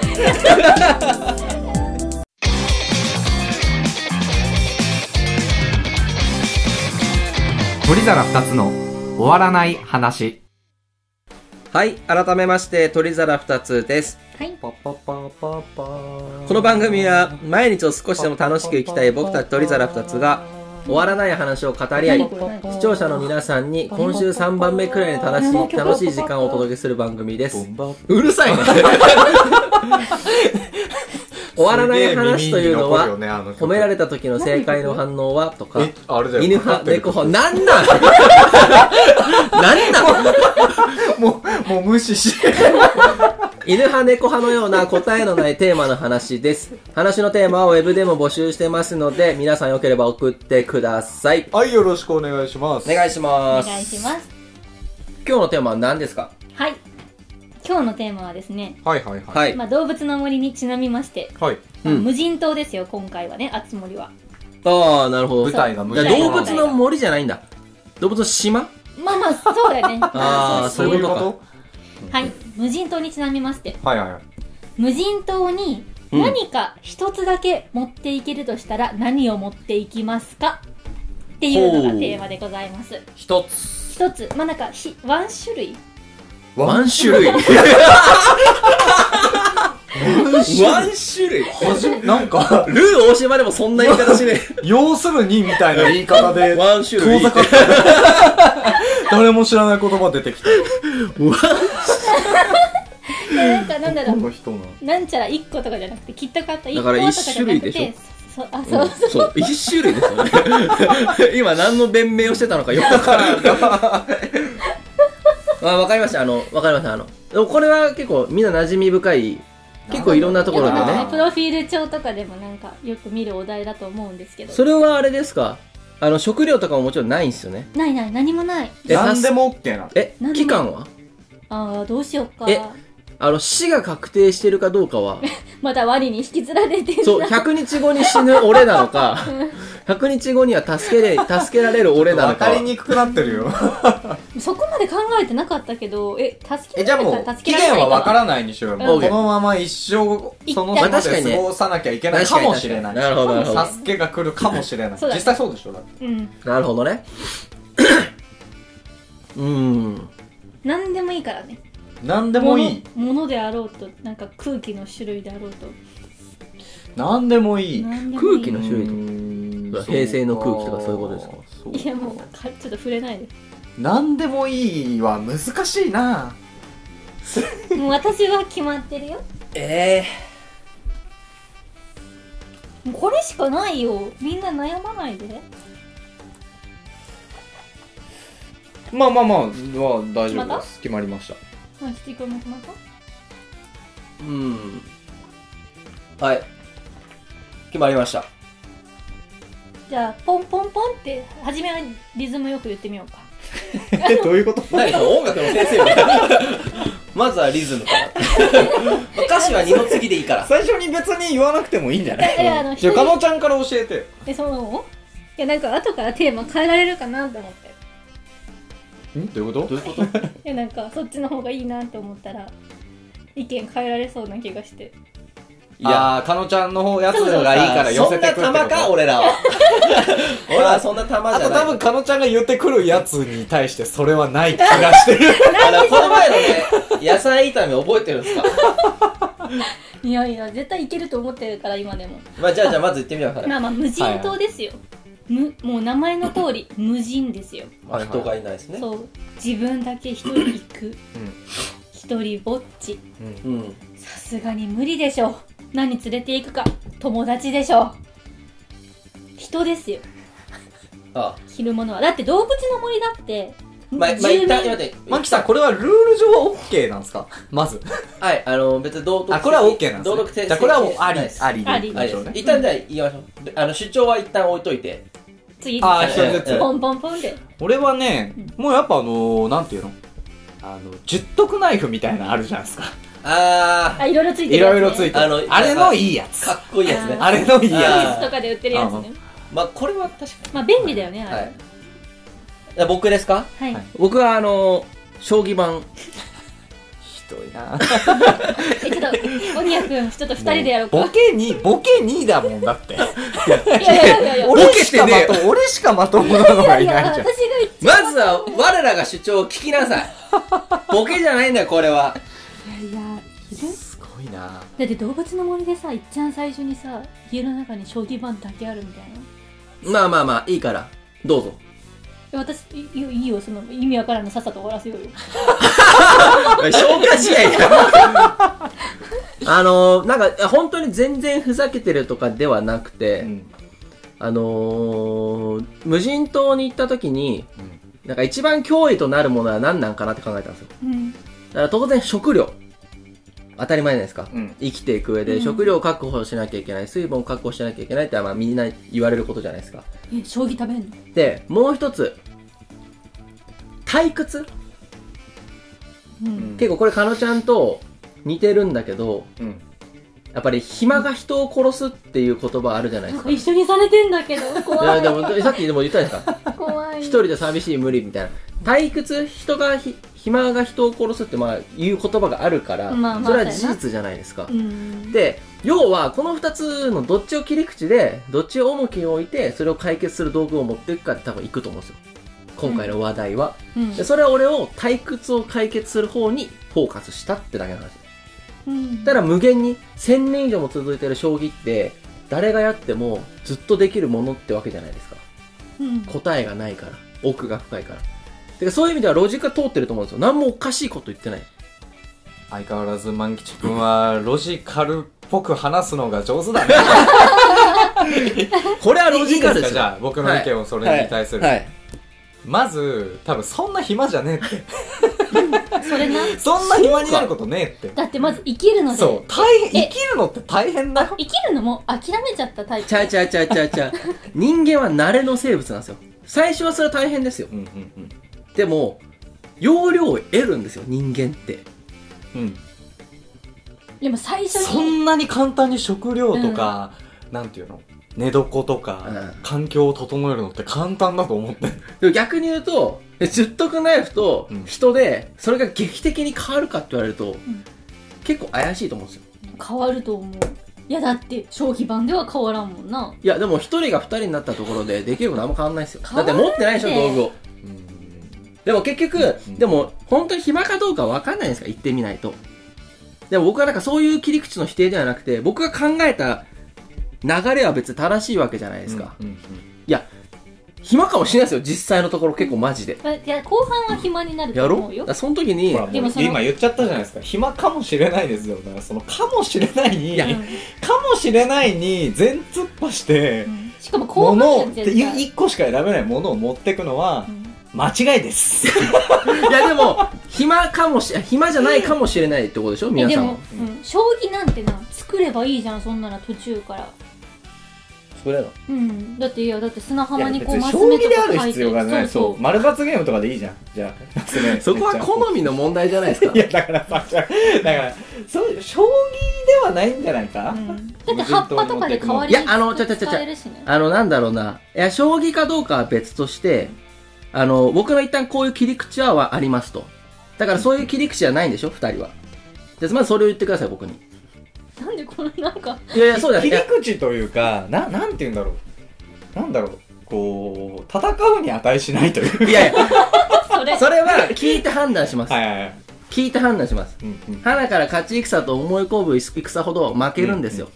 [SPEAKER 1] 鳥皿二つの終わらない話
[SPEAKER 2] はい。改めまして、鳥皿二つです。
[SPEAKER 3] はい
[SPEAKER 1] パパパパパ
[SPEAKER 2] この番組は毎日を少しでも楽しく生きたい僕たち鳥皿2つが終わらない話を語り合い視聴者の皆さんに今週3番目くらいに正しい楽しい時間をお届けする番組ですうるさいね 終わらない話というのは褒められた時の正解の反応はとか
[SPEAKER 1] えあれだよ
[SPEAKER 2] 犬
[SPEAKER 1] かか
[SPEAKER 2] 派
[SPEAKER 1] ってる
[SPEAKER 2] 猫派なんなんなんなん
[SPEAKER 1] もう、もう無視し。
[SPEAKER 2] 犬派猫派のような答えのないテーマの話です。話のテーマをウェブでも募集してますので、皆さんよければ送ってください。
[SPEAKER 1] はい、よろしくお願いします。
[SPEAKER 2] お願いし
[SPEAKER 3] お
[SPEAKER 2] ます。
[SPEAKER 3] 願いします
[SPEAKER 2] 今日のテーマは何ですか
[SPEAKER 3] はい今日のテーマはですね、
[SPEAKER 1] はいはいはい。
[SPEAKER 2] はい。
[SPEAKER 3] まあ、動物の森にちなみまして、
[SPEAKER 1] はい。
[SPEAKER 3] まあ
[SPEAKER 2] うん
[SPEAKER 3] 無人島ですよ今回はねあつ森は
[SPEAKER 2] ああ、なるほど。
[SPEAKER 1] 舞
[SPEAKER 2] だか
[SPEAKER 1] 台が無
[SPEAKER 2] ら
[SPEAKER 1] 事
[SPEAKER 2] 動物の森じゃないんだ。動物の島
[SPEAKER 3] まあまあそうだね
[SPEAKER 2] あー
[SPEAKER 3] そう
[SPEAKER 2] そういう
[SPEAKER 3] で
[SPEAKER 2] ことか
[SPEAKER 3] すはい無人島にちなみまして
[SPEAKER 1] はいはいはい。
[SPEAKER 3] 無人島に
[SPEAKER 2] うん
[SPEAKER 3] 何か一つだけ持っていけるとしたら何を持っていきますかっていうのがテーマでございます
[SPEAKER 2] 一つ。
[SPEAKER 3] 一つまあなんかひワン種類
[SPEAKER 2] ワン種類。ワン種類
[SPEAKER 1] はじめ、なんか、
[SPEAKER 2] ルー大島でもそんな言い方しね
[SPEAKER 1] 要するにみたいな言い方
[SPEAKER 2] え。
[SPEAKER 1] で、
[SPEAKER 2] ワン種
[SPEAKER 1] 遠
[SPEAKER 2] 類。
[SPEAKER 1] ざかった。誰も知らない言葉出てきた。
[SPEAKER 3] でなんかなんだろ
[SPEAKER 1] こ
[SPEAKER 3] う
[SPEAKER 1] の人の。
[SPEAKER 3] なんちゃら1個とかじゃなくてキットカット1
[SPEAKER 2] だ
[SPEAKER 3] 個
[SPEAKER 2] から
[SPEAKER 3] とかじゃな
[SPEAKER 2] 一種類
[SPEAKER 3] く
[SPEAKER 2] でして
[SPEAKER 3] そあそう、
[SPEAKER 2] うんそう、一種類ですよね。 今何の弁明をしてたのかよくわからない。 あ、わかりました。あの、わかりました。あの、でもこれは結構みんな馴染み深い、結構いろんなところ
[SPEAKER 3] よ
[SPEAKER 2] で
[SPEAKER 3] くなんかね
[SPEAKER 2] ね。
[SPEAKER 3] プロフィール帳とかでもなんかよく見るお題だと思うんですけど
[SPEAKER 2] それはあれですかあの、食料とかももちろんないんですよね。
[SPEAKER 3] ないない何もない
[SPEAKER 2] え
[SPEAKER 1] 何でも OK なの。
[SPEAKER 2] え
[SPEAKER 3] なん、でも
[SPEAKER 2] 期間は
[SPEAKER 3] ああどうしようか
[SPEAKER 2] えあの、死が確定してるかどう かは、
[SPEAKER 3] まだワニに引きずられてるな
[SPEAKER 2] そう、100日後に死ぬ俺なのか、100日後には助けれ、助けられる俺なの
[SPEAKER 1] わ
[SPEAKER 2] か
[SPEAKER 1] か
[SPEAKER 2] は。
[SPEAKER 1] りにくくなってるよ。
[SPEAKER 3] そこまで考えてなかったけどえ助
[SPEAKER 1] え、
[SPEAKER 3] け
[SPEAKER 1] じゃ
[SPEAKER 3] ら
[SPEAKER 1] あ
[SPEAKER 3] れ
[SPEAKER 1] も
[SPEAKER 3] るか
[SPEAKER 1] う、
[SPEAKER 3] 助
[SPEAKER 1] 期
[SPEAKER 3] けられ
[SPEAKER 1] 限
[SPEAKER 3] ない
[SPEAKER 1] は
[SPEAKER 3] か
[SPEAKER 1] わからないにしようよ。もう
[SPEAKER 2] OK
[SPEAKER 1] このまま一生、その
[SPEAKER 3] まあ
[SPEAKER 1] 島
[SPEAKER 2] 確か
[SPEAKER 1] で
[SPEAKER 2] にね
[SPEAKER 1] 過ごさなきゃいけないかもしれない。
[SPEAKER 2] なるほど、なるほど。
[SPEAKER 1] サスケが来るかもしれない。
[SPEAKER 3] そうだね
[SPEAKER 1] 実際そうでしょだって
[SPEAKER 3] うん
[SPEAKER 2] なるほどね。 うーん。
[SPEAKER 3] 何でもいいからね
[SPEAKER 1] 何でもいい。
[SPEAKER 3] ものものであろうとなんか空気の種類であろうと
[SPEAKER 1] 何でもいい。
[SPEAKER 3] 何でもいい
[SPEAKER 2] 空気の種類とか。
[SPEAKER 1] と
[SPEAKER 2] そう平成の空気とかそういうことですか
[SPEAKER 3] いやもうかちょっと触れないで
[SPEAKER 1] 何でもいいは難しいな
[SPEAKER 3] もう私は決まってるよ
[SPEAKER 2] え
[SPEAKER 3] もうこれしかないよみんな悩まないで
[SPEAKER 5] まあまあまあ、まあ、大。
[SPEAKER 3] 丈夫です
[SPEAKER 5] 決まりました。
[SPEAKER 3] まあ七五も決まった
[SPEAKER 2] えうん。はい。決まりました。
[SPEAKER 3] じゃあポンポンポンって初めはリズムよく言ってみようか
[SPEAKER 5] え、どういうこと
[SPEAKER 2] 何その音楽の先生 まずはリズムから。歌詞は二の次でいいから。
[SPEAKER 5] 最初に別に言わなくてもいいんじゃない
[SPEAKER 3] いやいやあの
[SPEAKER 1] じゃあかのちゃんから教えて
[SPEAKER 3] えそうなのいやなんか後からテーマ変えられるかなと思って
[SPEAKER 1] んどういうこと
[SPEAKER 2] どういうこと
[SPEAKER 3] いやなんかそっちの方がいいなって思ったら意見変えられそうな気がして
[SPEAKER 1] い
[SPEAKER 2] いや
[SPEAKER 1] やーかのちゃんの方やつ
[SPEAKER 3] そうそう
[SPEAKER 1] がいいから寄
[SPEAKER 2] そ
[SPEAKER 1] せ
[SPEAKER 2] ん
[SPEAKER 1] てく
[SPEAKER 2] な
[SPEAKER 1] ってこと
[SPEAKER 2] 玉か、俺らは。 俺らはそんな玉
[SPEAKER 1] あ
[SPEAKER 2] じゃ
[SPEAKER 1] と
[SPEAKER 2] ない。
[SPEAKER 1] 多分かのちゃんが言ってくるやつに対してそれはない気がしてる
[SPEAKER 2] あの、この前のね、野菜炒め覚えてるんですか
[SPEAKER 3] いやいや絶対いけると思ってるから今でも
[SPEAKER 2] まあ、じゃあ、じゃあ、まず言ってみよう。はい
[SPEAKER 3] まあまあ無人島ですよ、むもう名前の通 り無人ですよ
[SPEAKER 2] まあ、人がいないですね。
[SPEAKER 3] そう自分だけ一人行く
[SPEAKER 1] うん
[SPEAKER 3] 一人ぼっち
[SPEAKER 2] うん。
[SPEAKER 3] さすがに無理でしょ何連れて行くか友達でしょ人ですよ
[SPEAKER 2] あ
[SPEAKER 3] 着るものはだって動物の森だって
[SPEAKER 2] あ。まあ、まあ、一
[SPEAKER 3] 住
[SPEAKER 2] 旦、
[SPEAKER 3] 民
[SPEAKER 2] 待って。
[SPEAKER 1] マキさんこれはルール上は OK なんですかまず
[SPEAKER 2] はい、あの、別に道徳的
[SPEAKER 1] あこれは OK なんです
[SPEAKER 2] 道
[SPEAKER 1] ね
[SPEAKER 2] 徳的
[SPEAKER 1] じゃあこれはもうあり
[SPEAKER 2] ないです
[SPEAKER 1] あり
[SPEAKER 3] あり
[SPEAKER 1] で
[SPEAKER 2] あり
[SPEAKER 1] し
[SPEAKER 2] で
[SPEAKER 1] ょう
[SPEAKER 2] す。
[SPEAKER 1] ね
[SPEAKER 2] 一旦じゃあ、言いましょう。であの、主張は一旦置いといて。
[SPEAKER 3] 次
[SPEAKER 1] あー一
[SPEAKER 2] 人ずつ
[SPEAKER 3] ポンポンポンで
[SPEAKER 1] 俺はねもうやっぱあのーなんていうのあの十徳ナイフみたいなのあるじゃないですか
[SPEAKER 2] あ
[SPEAKER 3] あいろいろついて
[SPEAKER 1] いろいろつい
[SPEAKER 3] て
[SPEAKER 1] て
[SPEAKER 2] あの
[SPEAKER 1] るあれのいいや
[SPEAKER 2] ー、
[SPEAKER 1] つ
[SPEAKER 2] かっこいいやつね。
[SPEAKER 1] あれのいいや
[SPEAKER 3] とかで売ってるやつね
[SPEAKER 2] まあ、これは確か
[SPEAKER 3] まあ便利だよね
[SPEAKER 2] に。
[SPEAKER 3] あ
[SPEAKER 2] は
[SPEAKER 3] れ
[SPEAKER 2] い。あ僕ですか
[SPEAKER 3] はい、
[SPEAKER 1] はい
[SPEAKER 2] 僕は、あの、将棋盤。
[SPEAKER 1] つひどいな
[SPEAKER 3] えちょっと鬼谷君ちょっと二人でやろうか
[SPEAKER 1] ボケにボケにだもんだって
[SPEAKER 3] いやいやいやいや
[SPEAKER 1] 俺しかまと俺しかまともなのがい
[SPEAKER 3] いや
[SPEAKER 1] ない
[SPEAKER 3] 私
[SPEAKER 1] じゃ
[SPEAKER 3] が
[SPEAKER 1] ん
[SPEAKER 2] まずは、我らが主張を聞きなさい。ボケじゃないんだよ、これは。
[SPEAKER 3] いやいやいる
[SPEAKER 1] すごいな
[SPEAKER 3] だって動物の森でさいっちゃん最初にさ家の中に将棋盤だけあるみたいな
[SPEAKER 2] まあまあまあ、いいから。どうぞ。
[SPEAKER 3] え私いいいよいいよその意味わからんのさっさと終わらせようよ
[SPEAKER 2] 消化試合だあのー、なんか、本当に全然ふざけてるとかではなくて、
[SPEAKER 1] うん
[SPEAKER 2] あのー、無人島に行った時に、
[SPEAKER 1] うん
[SPEAKER 2] なんか一番脅威となるものは何なんかなって考えたんですよ。
[SPEAKER 3] うん
[SPEAKER 2] だから当然食料。当たり前じゃないですか。
[SPEAKER 1] うん
[SPEAKER 2] 生きていく上
[SPEAKER 3] う
[SPEAKER 2] で
[SPEAKER 3] ん
[SPEAKER 2] 食料を確保しなきゃいけない、水分を確保しなきゃいけないってまあみんな言われることじゃないですか。
[SPEAKER 3] え将棋食べんの
[SPEAKER 2] で、もう一つ。退屈
[SPEAKER 3] うん
[SPEAKER 2] 結構これかのちゃんと似てるんだけど、
[SPEAKER 1] うん
[SPEAKER 2] やっぱり暇が人を殺すっていう言葉あるじゃないです
[SPEAKER 3] なん
[SPEAKER 2] か
[SPEAKER 3] か。一緒にされてんだけど
[SPEAKER 2] い
[SPEAKER 3] 怖
[SPEAKER 2] や
[SPEAKER 3] い
[SPEAKER 2] でもさっきでも言ったじゃないですか
[SPEAKER 3] 怖い
[SPEAKER 2] 一人で寂しい無理みたいな退屈人がひ暇が人を殺すってまあいう言葉があるから、
[SPEAKER 3] まあまあ
[SPEAKER 2] それは事
[SPEAKER 3] そうやな
[SPEAKER 2] 実じゃないですか、
[SPEAKER 3] うん
[SPEAKER 2] で要はこの2つのどっちを切り口でどっちを重きに置いてそれを解決する道具を持っていくかって多分いくと思うんですよ今回の話題は、
[SPEAKER 3] うん
[SPEAKER 2] でそれは俺を退屈を解決する方にフォーカスしたってだけの話
[SPEAKER 3] うん
[SPEAKER 2] ただ無限に1000年以上も続いてる将棋って誰がやってもずっとできるものってわけじゃないですか
[SPEAKER 3] うん
[SPEAKER 2] 答えがないから奥が深いからてかそういう意味ではロジックが通ってると思うんですよ何もおかしいこと言ってない
[SPEAKER 1] 相変わらず万吉君はロジカルっぽく話すのが上手だね
[SPEAKER 2] これはロ
[SPEAKER 1] い
[SPEAKER 2] ジ
[SPEAKER 1] いで
[SPEAKER 2] カ
[SPEAKER 1] す
[SPEAKER 2] ル
[SPEAKER 1] か
[SPEAKER 2] です
[SPEAKER 1] じ
[SPEAKER 2] よ
[SPEAKER 1] ゃあ僕の意見をそれに対する、
[SPEAKER 2] はいはい
[SPEAKER 1] まず多分そんな暇じゃねえっ
[SPEAKER 3] それな
[SPEAKER 1] てそんな暇になることねえって
[SPEAKER 3] だってまず生きるので
[SPEAKER 1] そう大
[SPEAKER 3] え
[SPEAKER 1] 変生きるのって大変だよ
[SPEAKER 3] 生きるのも諦めちゃったタイプ
[SPEAKER 2] ちゃうちゃうちゃうちゃうちゃう人間は慣れの生物なんですよ最初はそれは大変ですよ
[SPEAKER 1] うんうん
[SPEAKER 2] でも容量を得るんですよ人間って
[SPEAKER 1] うんうん
[SPEAKER 3] でも最初
[SPEAKER 1] そ
[SPEAKER 3] に
[SPEAKER 1] んなに簡単に食料とか、なんていうの寝床とか、
[SPEAKER 2] うん
[SPEAKER 1] 環境を整えるのって簡単だと思って
[SPEAKER 2] でも逆に言うと十徳ナイフと
[SPEAKER 1] うん
[SPEAKER 2] 人でそれが劇的に変わるかって言われると、
[SPEAKER 3] ん
[SPEAKER 2] 結構怪しいと思うんですよ
[SPEAKER 3] 変わると思ういやだって消費版では変わらんもんない
[SPEAKER 2] やでも一人が二人になったところでできること何も変わんないですよだ
[SPEAKER 3] 変わ
[SPEAKER 2] っ
[SPEAKER 3] んな
[SPEAKER 2] て
[SPEAKER 3] い
[SPEAKER 2] 持ってないでしょ道具をでも結局、
[SPEAKER 1] うん
[SPEAKER 2] でも本当に暇かどうか分かんないですから言ってみないとでも僕はなんかそういう切り口の否定ではなくて僕が考えた流れは別に正しいわけじゃないですか、
[SPEAKER 1] うんうん
[SPEAKER 2] 暇かもしれないですよ実際のところ結構マジで
[SPEAKER 3] まいや後半は暇になると
[SPEAKER 2] やろ
[SPEAKER 3] 思う
[SPEAKER 2] だ
[SPEAKER 3] よ
[SPEAKER 2] からその時に
[SPEAKER 1] ほら
[SPEAKER 2] い
[SPEAKER 1] もう
[SPEAKER 3] でもその
[SPEAKER 1] 今言っちゃったじゃないですか暇かもしれないですよだからそのかもしれないに
[SPEAKER 2] や
[SPEAKER 3] うん
[SPEAKER 1] かもしれないに全突破して、
[SPEAKER 3] うんしかも後
[SPEAKER 1] もの
[SPEAKER 3] 半
[SPEAKER 1] を
[SPEAKER 3] は
[SPEAKER 1] って
[SPEAKER 3] 絶
[SPEAKER 1] いう
[SPEAKER 3] 対
[SPEAKER 1] 一個しか選べないものを持っていくのは
[SPEAKER 3] うん
[SPEAKER 1] 間違いです、
[SPEAKER 2] やでも暇かもし暇じゃないかもしれないってことでしょ
[SPEAKER 3] え
[SPEAKER 2] 皆
[SPEAKER 3] で
[SPEAKER 2] さん
[SPEAKER 3] も
[SPEAKER 2] は、
[SPEAKER 3] うん将棋なんてな作ればいいじゃんそんなら途中から
[SPEAKER 2] それなの
[SPEAKER 3] うんだっていやだって砂
[SPEAKER 1] いや
[SPEAKER 3] 浜に
[SPEAKER 1] 別
[SPEAKER 3] こう
[SPEAKER 1] に
[SPEAKER 3] マス
[SPEAKER 1] 将
[SPEAKER 3] 目
[SPEAKER 1] 棋
[SPEAKER 3] と
[SPEAKER 1] で
[SPEAKER 3] か
[SPEAKER 1] ある
[SPEAKER 3] 書い
[SPEAKER 1] 必
[SPEAKER 3] て
[SPEAKER 1] 要がないそう
[SPEAKER 3] そう
[SPEAKER 1] 丸×ゲームとかでいいじゃんじゃあすね
[SPEAKER 2] そこは
[SPEAKER 1] めっちゃ
[SPEAKER 2] 好みの問題じゃないです か
[SPEAKER 1] いやだからさだからそう将棋ではないんじゃないか、
[SPEAKER 3] うんだって葉っぱとかで変わり
[SPEAKER 2] いやあのちょちょちょちょ
[SPEAKER 3] 使えるしね
[SPEAKER 2] あの、なんだろうな。いや、将棋かどうかは別として、あの、僕の一旦こういう切り口ははありますと。だからそういう切り口じゃないんでしょ二人は。で、まずそれを言ってください、僕に。
[SPEAKER 3] なんでこれなんか
[SPEAKER 2] いやいや、そうじゃない
[SPEAKER 1] 切
[SPEAKER 2] いや
[SPEAKER 1] り。口というかななんて言うんだろうなんだろうこう戦うに値しないという
[SPEAKER 2] いやいや、
[SPEAKER 3] それ
[SPEAKER 2] それは聞いて判断します。
[SPEAKER 1] はいはいはい、
[SPEAKER 2] 聞いて判断します。
[SPEAKER 1] うんうん
[SPEAKER 2] 花から勝ち戦と思い込む戦ほど負けるんですよ。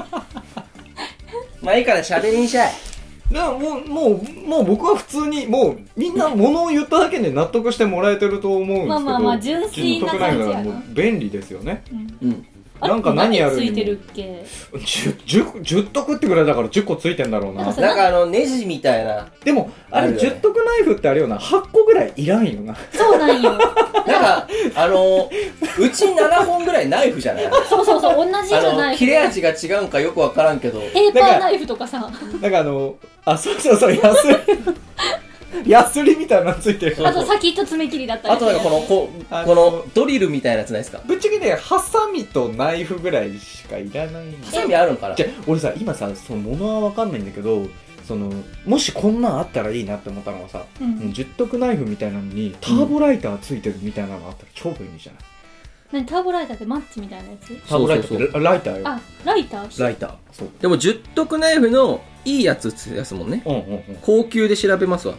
[SPEAKER 2] まあいいから喋りにしゃい。
[SPEAKER 1] だからもう、もう、もう僕は普通に、もうみんな物を言っただけで納得してもらえてると思うんですけど。
[SPEAKER 3] まあまあまあ純粋な感じやな
[SPEAKER 1] 純粋なもう便利ですよね。
[SPEAKER 3] うん
[SPEAKER 2] うん。
[SPEAKER 3] あれ
[SPEAKER 1] なんか何やる
[SPEAKER 3] つ
[SPEAKER 1] に
[SPEAKER 3] い
[SPEAKER 1] も
[SPEAKER 3] てるっけ
[SPEAKER 1] 10、10 10得ってぐらいだから10個ついてんだろう
[SPEAKER 3] なん
[SPEAKER 1] な
[SPEAKER 3] か。
[SPEAKER 2] なんかあの、ネジみたいな。
[SPEAKER 1] でも、あれ
[SPEAKER 2] あるよね
[SPEAKER 1] 10得ナイフってあれよな、8個ぐらいいらんよ な。
[SPEAKER 3] そうなんよ
[SPEAKER 2] なんか、あの、うち7本ぐらいナイフじゃない
[SPEAKER 3] そうそうそう同じじ
[SPEAKER 2] あ
[SPEAKER 3] ゃな
[SPEAKER 2] の
[SPEAKER 3] い
[SPEAKER 2] 切れ味が違うんかよくわからんけど
[SPEAKER 3] ペー
[SPEAKER 1] だ
[SPEAKER 3] パ
[SPEAKER 1] か
[SPEAKER 3] ー
[SPEAKER 1] ら
[SPEAKER 3] ナイフとかさ
[SPEAKER 1] なんかあの、あ、そうそうそう、ヤスリ。ヤスリみたいなのついてる。
[SPEAKER 2] そう
[SPEAKER 3] あと先と爪切りだったり
[SPEAKER 2] あとなんかこのこう
[SPEAKER 1] あの
[SPEAKER 2] このドリルみたいなやつないですか
[SPEAKER 1] ぶっちゃけね、ハサミとナイフぐらいしかいらないんだよ
[SPEAKER 2] ハサミあるんかな
[SPEAKER 1] じゃあ俺さ今さその物は分かんないんだけどそのもしこんなんあったらいいなって思ったのはさ、
[SPEAKER 3] う
[SPEAKER 1] うんん、十徳ナイフみたいなのにターボライターついてるみたいなのあったら超便利じゃない、
[SPEAKER 3] 何ターボライターってマッチみたいなやつ
[SPEAKER 1] ターボライターってラライターよ
[SPEAKER 3] あライター
[SPEAKER 1] ライターそう
[SPEAKER 2] でも十徳ナイフのいいやつってやつもんね
[SPEAKER 1] うんうんうん
[SPEAKER 2] 高級で調べますわ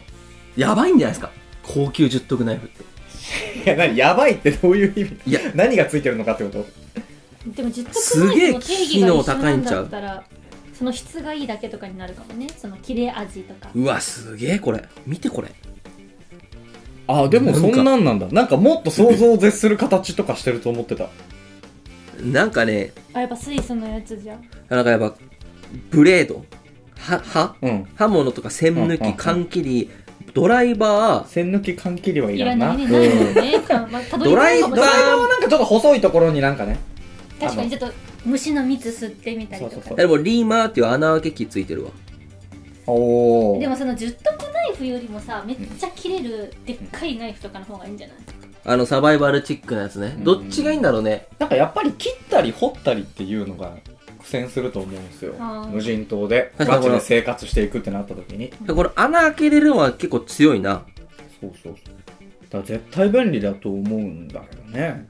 [SPEAKER 2] やばいんじゃないですか高級十徳ナイフって
[SPEAKER 1] いや何やばいってどういう意味
[SPEAKER 2] いや
[SPEAKER 1] 何がついてるのかってこと
[SPEAKER 3] でも実
[SPEAKER 2] すげえ
[SPEAKER 3] の定義が
[SPEAKER 2] 機能
[SPEAKER 3] 一緒
[SPEAKER 2] 高
[SPEAKER 3] ないん
[SPEAKER 2] んちゃ
[SPEAKER 3] だ
[SPEAKER 2] う
[SPEAKER 3] ったらその質がいいだけとかになるかもねその切れ味とか
[SPEAKER 2] うわすげえこれ見てこれ
[SPEAKER 1] あ
[SPEAKER 2] でもそんなん
[SPEAKER 1] なんだなんかもっと想像を絶する形とかしてると思ってた
[SPEAKER 2] なんかね
[SPEAKER 3] あやっぱ水素のやつじゃん
[SPEAKER 2] なんかやっぱブレードは刃
[SPEAKER 1] うん
[SPEAKER 2] 刃物とか線抜
[SPEAKER 1] うんうんう
[SPEAKER 2] き
[SPEAKER 1] ん
[SPEAKER 2] 缶切りドライバー、
[SPEAKER 1] 線抜き缶切りはい
[SPEAKER 3] い
[SPEAKER 1] ら
[SPEAKER 3] ら
[SPEAKER 1] んな
[SPEAKER 3] ないね、
[SPEAKER 1] う
[SPEAKER 3] ないよ
[SPEAKER 1] ん
[SPEAKER 3] ね。まあ、たどり
[SPEAKER 2] ドラ
[SPEAKER 3] 着
[SPEAKER 2] イ
[SPEAKER 3] い
[SPEAKER 2] バ
[SPEAKER 1] ド
[SPEAKER 2] ー
[SPEAKER 3] たかも
[SPEAKER 1] ライバーもなんかちょっと細いところになんかね
[SPEAKER 3] 確かにちょっと虫の蜜吸ってみたり
[SPEAKER 1] そう
[SPEAKER 3] と
[SPEAKER 1] そう
[SPEAKER 3] か
[SPEAKER 1] そ。う
[SPEAKER 2] でもリーマーっていう穴開け機ついてるわ。
[SPEAKER 1] おお
[SPEAKER 3] でもその十徳ナイフよりもさ、めっちゃ切れるでっかいナイフとかの方がいいんじゃない
[SPEAKER 2] あのサバイバルチックなやつね。どっちがいいんだろうね。
[SPEAKER 1] なんかやっぱり切ったり掘ったりっていうのが苦戦すると思うんですよ
[SPEAKER 3] あー
[SPEAKER 1] 無人島で
[SPEAKER 2] 確か
[SPEAKER 1] ガ
[SPEAKER 2] にこ
[SPEAKER 1] チ
[SPEAKER 2] れ
[SPEAKER 1] で生活していくってなった時に
[SPEAKER 2] これ穴開けれるのは結構強いな。
[SPEAKER 1] そうそうそうだから絶対便利だと思うんだけどね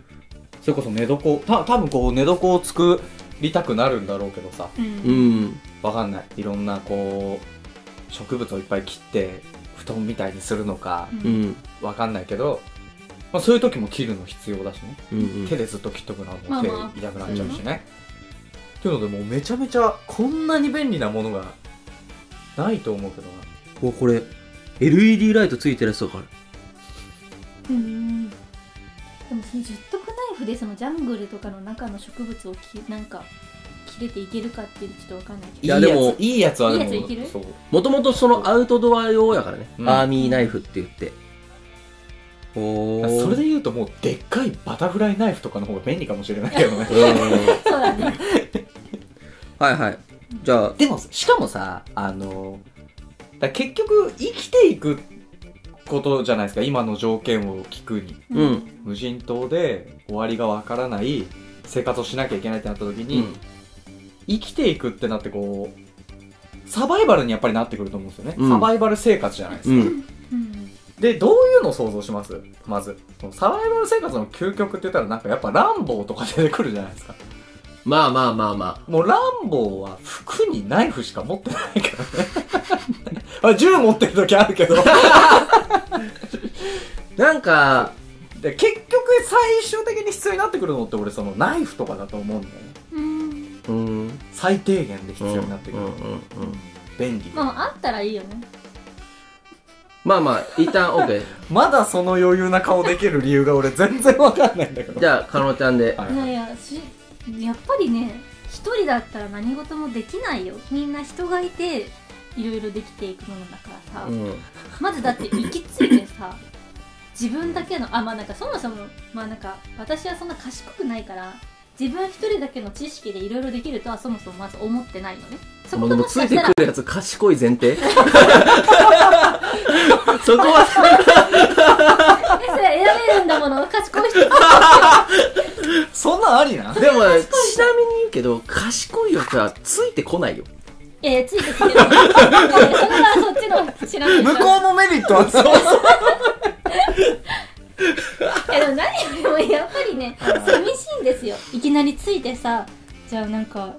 [SPEAKER 1] それこそ寝床た多分こう寝床を作りたくなるんだろうけどさ
[SPEAKER 3] う。
[SPEAKER 2] うんん。
[SPEAKER 1] わかんないいろんなこう植物をいっぱい切って布団みたいにするのか
[SPEAKER 3] うん
[SPEAKER 2] うん。
[SPEAKER 1] わかんないけど、まあ、そういう時も切るの必要だしね
[SPEAKER 2] うんうん
[SPEAKER 1] 手。でずっと切っとくのはもう
[SPEAKER 3] まあ
[SPEAKER 1] 手
[SPEAKER 3] まあ
[SPEAKER 1] 痛くなっちゃうしね。っていうのでもうめちゃめちゃこんなに便利なものがないと思うけどな。
[SPEAKER 2] おこれ、LED ライトついてるやつだから。
[SPEAKER 3] うん。でもその十徳ナイフでそのジャングルとかの中の植物をきなんか切れていけるかっていうとちょっとわかんないけ
[SPEAKER 2] い
[SPEAKER 3] ど。
[SPEAKER 2] や
[SPEAKER 1] いい
[SPEAKER 2] でも
[SPEAKER 1] ついいやつはでも
[SPEAKER 3] いいやついける
[SPEAKER 1] そう
[SPEAKER 2] もともとそのアウトドア用やからね。
[SPEAKER 1] うん
[SPEAKER 2] アーミーナイフって言って。おー。
[SPEAKER 1] それで言うともうでっかいバタフライナイフとかの方が便利かもしれないけどね。
[SPEAKER 3] そうだね。
[SPEAKER 2] はいはい。じゃあ、
[SPEAKER 1] でもしかもさ あのだから結局生きていくことじゃないですか今の条件を聞くに。
[SPEAKER 2] うん。
[SPEAKER 1] 無人島で終わりがわからない生活をしなきゃいけないってなった時
[SPEAKER 2] う
[SPEAKER 1] に、
[SPEAKER 2] ん。
[SPEAKER 1] 生きていくってなってこうサバイバルにやっぱりなってくると思うんですよね、
[SPEAKER 2] うん
[SPEAKER 1] サバイバル生活じゃないです
[SPEAKER 2] う
[SPEAKER 1] か、
[SPEAKER 2] ん。
[SPEAKER 3] うん。
[SPEAKER 1] でどういうのを想像しますまずそのサバイバル生活の究極って言ったらなんかやっぱランボーとか出てくるじゃないですか
[SPEAKER 2] まあまあまあま
[SPEAKER 1] もうランボーは服にナイフしか持ってないからね あ銃持ってる時あるけど
[SPEAKER 2] あ。なんか、
[SPEAKER 1] で結局最終的に必要になってくるのって俺そのナイフとかだと思うんだよね
[SPEAKER 3] うん。
[SPEAKER 2] うん。
[SPEAKER 1] 最低限で必要になってくる、
[SPEAKER 2] うんうんうんうん
[SPEAKER 1] 便利
[SPEAKER 3] まああったらいいよね。
[SPEAKER 2] まあまあ、一旦 OK。
[SPEAKER 1] まだその余裕な顔できる理由が俺全然わかんないんだけど
[SPEAKER 2] じゃあ、かのちゃんで。
[SPEAKER 1] はい
[SPEAKER 3] いやいやしやっぱりね一人だったら何事もできないよみんな人がいていろいろできていくものだからさ、
[SPEAKER 2] うん。
[SPEAKER 3] まずだって行き着いてさ自分だけのあまあなんかそもそもまあなんか私はそんな賢くないから自分一人だけの知識でいろいろできるとはそもそもまず思ってないのねそ
[SPEAKER 2] もうで
[SPEAKER 3] こが
[SPEAKER 2] も
[SPEAKER 3] もし
[SPEAKER 2] つ
[SPEAKER 3] か
[SPEAKER 2] い
[SPEAKER 3] してた
[SPEAKER 2] く
[SPEAKER 3] ら
[SPEAKER 2] るやつ賢い前提 そこはさ
[SPEAKER 3] えそれ選べるんだもの賢い人
[SPEAKER 1] そんなんありな
[SPEAKER 2] でもちなみに言うけど賢いやつはついてこないよ
[SPEAKER 3] えー、ついてきてるいやいやそれはそっちの知らない
[SPEAKER 1] 向こうのメリットはそうそう
[SPEAKER 3] いやでも何よりもやっぱりね寂しいんですよいきなりついてさじゃあなんか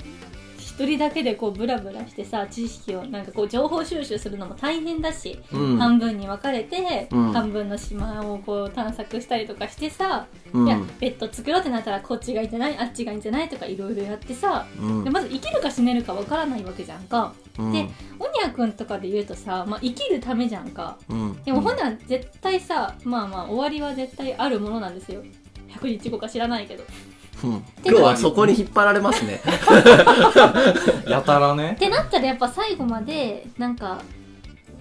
[SPEAKER 3] 一人だけでこうブラブラしてさ知識をなんかこう情報収集するのも大変だし、
[SPEAKER 2] うん
[SPEAKER 3] 半分に分かれて、
[SPEAKER 2] うん
[SPEAKER 3] 半分の島をこう探索したりとかしてさ、
[SPEAKER 2] うん
[SPEAKER 3] いやベッド作ろうってなったらこっちがいいんじゃないあっちがいいんじゃないとかいろいろやってさ、
[SPEAKER 2] うん
[SPEAKER 3] でまず生きるか死ねるか分からないわけじゃんか、
[SPEAKER 2] うん
[SPEAKER 3] でおにゃくんとかで言うとさ、まあ、生きるためじゃんか、
[SPEAKER 2] うん
[SPEAKER 3] でもほんなら絶対さまあまあ終わりは絶対あるものなんですよ100日後か知らないけどっ
[SPEAKER 2] うん今日はそこに引っ張られます ね
[SPEAKER 1] やたらね
[SPEAKER 3] てなったらやっぱ最後までなんか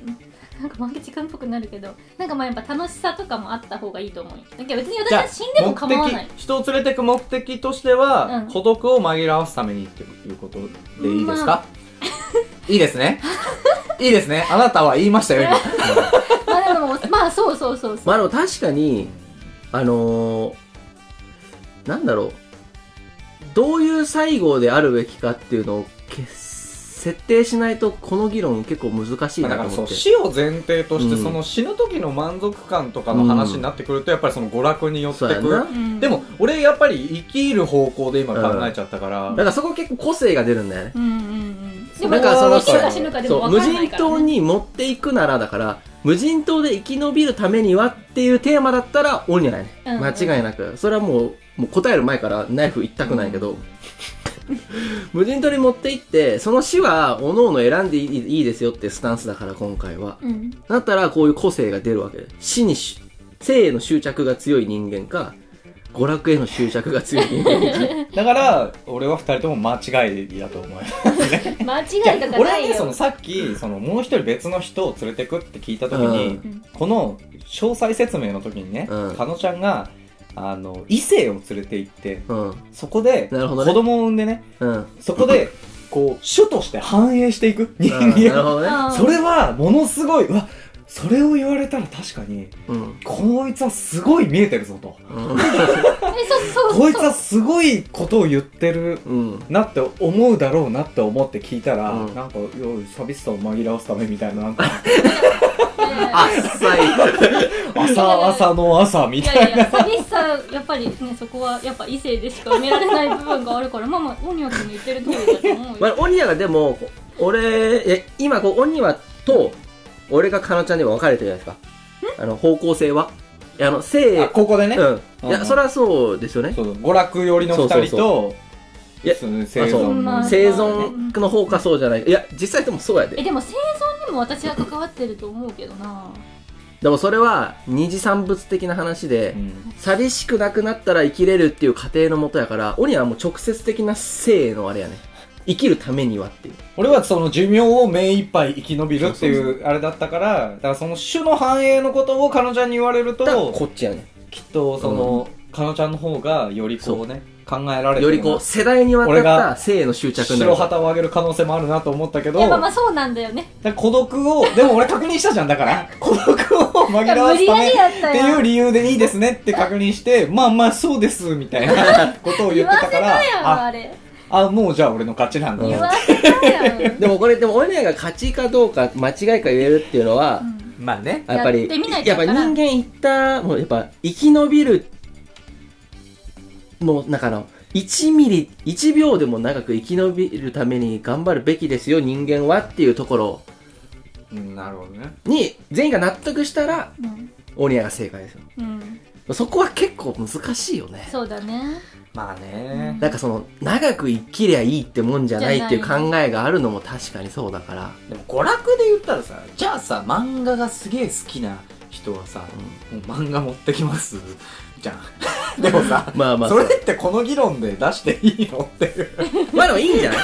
[SPEAKER 3] うんなんか満月感っぽくなるけどなんかまあやっぱ楽しさとかもあった方がいいと思うよだけど別に私は死んでも構わない
[SPEAKER 1] 目的人を連れてく目的としては、
[SPEAKER 3] うん
[SPEAKER 1] 孤独を紛らわすためにっていうことでいいですか、
[SPEAKER 3] まあ
[SPEAKER 1] いいですねいいですねあなたは言いましたよ今
[SPEAKER 3] まあでもまあそうそうそうそう、
[SPEAKER 2] まあでも確かにあのーなんだろうどういう最後であるべきかっていうのを決設定しないとこの議論結構難しい
[SPEAKER 1] まあだ
[SPEAKER 2] な
[SPEAKER 1] から
[SPEAKER 2] と思
[SPEAKER 1] そう
[SPEAKER 2] って
[SPEAKER 1] 死を前提として、
[SPEAKER 2] うん
[SPEAKER 1] その死ぬ時の満足感とかの話になってくると、やっぱりその娯楽に寄って
[SPEAKER 2] そう
[SPEAKER 1] く
[SPEAKER 2] やな
[SPEAKER 1] る
[SPEAKER 3] うん、
[SPEAKER 1] でも俺やっぱり生きる方向で今考えちゃったから、
[SPEAKER 2] だからそこ結構個性が出るんだよね
[SPEAKER 3] うんうんうんでも
[SPEAKER 2] なんかその
[SPEAKER 3] 生きるか死ぬかでも
[SPEAKER 2] そう
[SPEAKER 3] 分
[SPEAKER 2] 無
[SPEAKER 3] からない
[SPEAKER 2] 人
[SPEAKER 3] から、ね、
[SPEAKER 2] 島に持っていくならだから無人島で生き延びるためにはっていうテーマだったらオニャやね、
[SPEAKER 3] うん
[SPEAKER 2] 間違いなくそれはもうもう答える前からナイフ一択なんやけ ど、 無人島に持って行ってその死はおのおの選んでいいいいですよってスタンスだから今回は
[SPEAKER 3] うん
[SPEAKER 2] だったらこういう個性が出るわけで死にし生への執着が強い人間か娯楽への執着が強い人間ですね
[SPEAKER 1] だから俺は二人とも間違いだと思います
[SPEAKER 3] 間違いとか
[SPEAKER 1] 俺は
[SPEAKER 3] ない
[SPEAKER 1] ね
[SPEAKER 3] よ
[SPEAKER 1] そのさっきそのもう一人別の人を連れてくって聞いた時に、
[SPEAKER 2] う
[SPEAKER 3] うん
[SPEAKER 1] この詳細説明の時にね、
[SPEAKER 2] うん
[SPEAKER 1] かのちゃんがあの異性を連れて行って
[SPEAKER 2] うん
[SPEAKER 1] そこで
[SPEAKER 2] なるほ
[SPEAKER 1] 子
[SPEAKER 2] どね
[SPEAKER 1] 供を産んでね
[SPEAKER 2] うん
[SPEAKER 1] そこでこう種として繁栄していく人
[SPEAKER 2] うんなる
[SPEAKER 1] 間
[SPEAKER 2] ほどね
[SPEAKER 3] あー
[SPEAKER 1] それはものすごいうわそれを言われたら確かに
[SPEAKER 2] うん
[SPEAKER 1] こいつはすごい見えてるぞと
[SPEAKER 3] えそうそうそう
[SPEAKER 1] こいつはすごいことを言ってる
[SPEAKER 2] うんうん
[SPEAKER 1] なって思うだろうなって思って聞いたら、
[SPEAKER 2] うん
[SPEAKER 1] なんかよう寂しさを紛らわすためみたいななんか
[SPEAKER 3] ね
[SPEAKER 2] あっさい
[SPEAKER 1] 朝朝の朝み
[SPEAKER 3] い
[SPEAKER 1] た
[SPEAKER 3] や
[SPEAKER 1] い
[SPEAKER 3] いや寂しさやっぱりねそこはやっぱ異性でしか埋められない部分があるからまあまあオニオ君の言ってる通りだと思う
[SPEAKER 2] ま
[SPEAKER 3] よ
[SPEAKER 2] あオニアがでもこ俺え今こうオニアと俺がカナちゃんでも分かれてるじゃないですかあの方向性はいやあの
[SPEAKER 1] な、あ
[SPEAKER 2] 性
[SPEAKER 1] ここでね、
[SPEAKER 2] うんいうや
[SPEAKER 1] ん
[SPEAKER 2] それはそうですよね
[SPEAKER 1] そう娯楽寄りの
[SPEAKER 2] そうそ
[SPEAKER 1] 二
[SPEAKER 2] う
[SPEAKER 1] 人と
[SPEAKER 2] いや
[SPEAKER 1] その生
[SPEAKER 2] あそう
[SPEAKER 1] 存
[SPEAKER 3] まあ
[SPEAKER 1] の
[SPEAKER 2] 生存の方かそうじゃないかいや実際でもそうや
[SPEAKER 3] え
[SPEAKER 2] で
[SPEAKER 3] でも生存にも私は関わってると思うけどな
[SPEAKER 2] でもそれは二次産物的な話で、
[SPEAKER 1] うん
[SPEAKER 2] 寂しくなくなったら生きれるっていう過程のもとやから、オニアはもう直接的な性のあれやね。生きるためにはっていう。
[SPEAKER 1] 俺はその寿命を目いっぱい生き延びるっていうあれだったからだからその種の繁栄のことを彼女に言われる
[SPEAKER 2] だから
[SPEAKER 1] と
[SPEAKER 2] こっちやね。
[SPEAKER 1] きっとその、彼女ちゃんの方がよりこうね考えられてるな
[SPEAKER 2] よりこう、世代にわたっ
[SPEAKER 1] 俺
[SPEAKER 2] た
[SPEAKER 1] が
[SPEAKER 2] 性の執着になる。
[SPEAKER 1] 白旗を上げる可能性もあるなと思ったけど
[SPEAKER 3] やっぱまあそうなんだよね
[SPEAKER 1] だから孤独を、でも俺確認したじゃん、だから。 孤独を紛らわすため
[SPEAKER 3] 無理やりやった
[SPEAKER 1] っ
[SPEAKER 3] よ
[SPEAKER 1] ていう理由でいいですねって確認して、まあまあそうです、みたい なことを言
[SPEAKER 3] 言
[SPEAKER 1] っ
[SPEAKER 3] わ
[SPEAKER 1] て
[SPEAKER 3] せ
[SPEAKER 1] た
[SPEAKER 3] た
[SPEAKER 1] か
[SPEAKER 3] やん
[SPEAKER 1] ら、
[SPEAKER 3] あ
[SPEAKER 1] あ、
[SPEAKER 3] れ
[SPEAKER 1] あ、もうじゃあ俺の勝ちなんだ
[SPEAKER 3] 言
[SPEAKER 1] な。
[SPEAKER 3] わせたやん
[SPEAKER 2] でもこれ、でもオニアが勝ちかどうか、間違いか言えるっていうのは、
[SPEAKER 3] うん
[SPEAKER 1] まあね。
[SPEAKER 2] やっぱり、
[SPEAKER 3] やってみないと
[SPEAKER 2] やっぱ
[SPEAKER 3] わから
[SPEAKER 2] 人
[SPEAKER 3] ん
[SPEAKER 2] 間いった、もうやっぱ、生き延びる、もう、なんかあの、1ミリ、1秒でも長く生き延びるために頑張るべきですよ、人間はっていうところ
[SPEAKER 1] うん、なるほどね。
[SPEAKER 2] に、全員が納得したら、
[SPEAKER 3] うん
[SPEAKER 2] オニアが正解ですよ。
[SPEAKER 3] うん
[SPEAKER 2] そこは結構難しいよね。
[SPEAKER 3] そうだね
[SPEAKER 1] まあね。
[SPEAKER 2] なんかその、長く生きりゃいいってもんじゃないっていう
[SPEAKER 3] じゃない
[SPEAKER 2] 考えがあるのも確かにそうだから。
[SPEAKER 1] でも娯楽で言ったらさ、じゃあさ、漫画がすげえ好きな人はさ、もう漫画持ってきます、じゃ ん。でもさ、
[SPEAKER 2] まあまあ、
[SPEAKER 1] それってこの議論で出していいのっていう。
[SPEAKER 2] まあでもいいんじゃない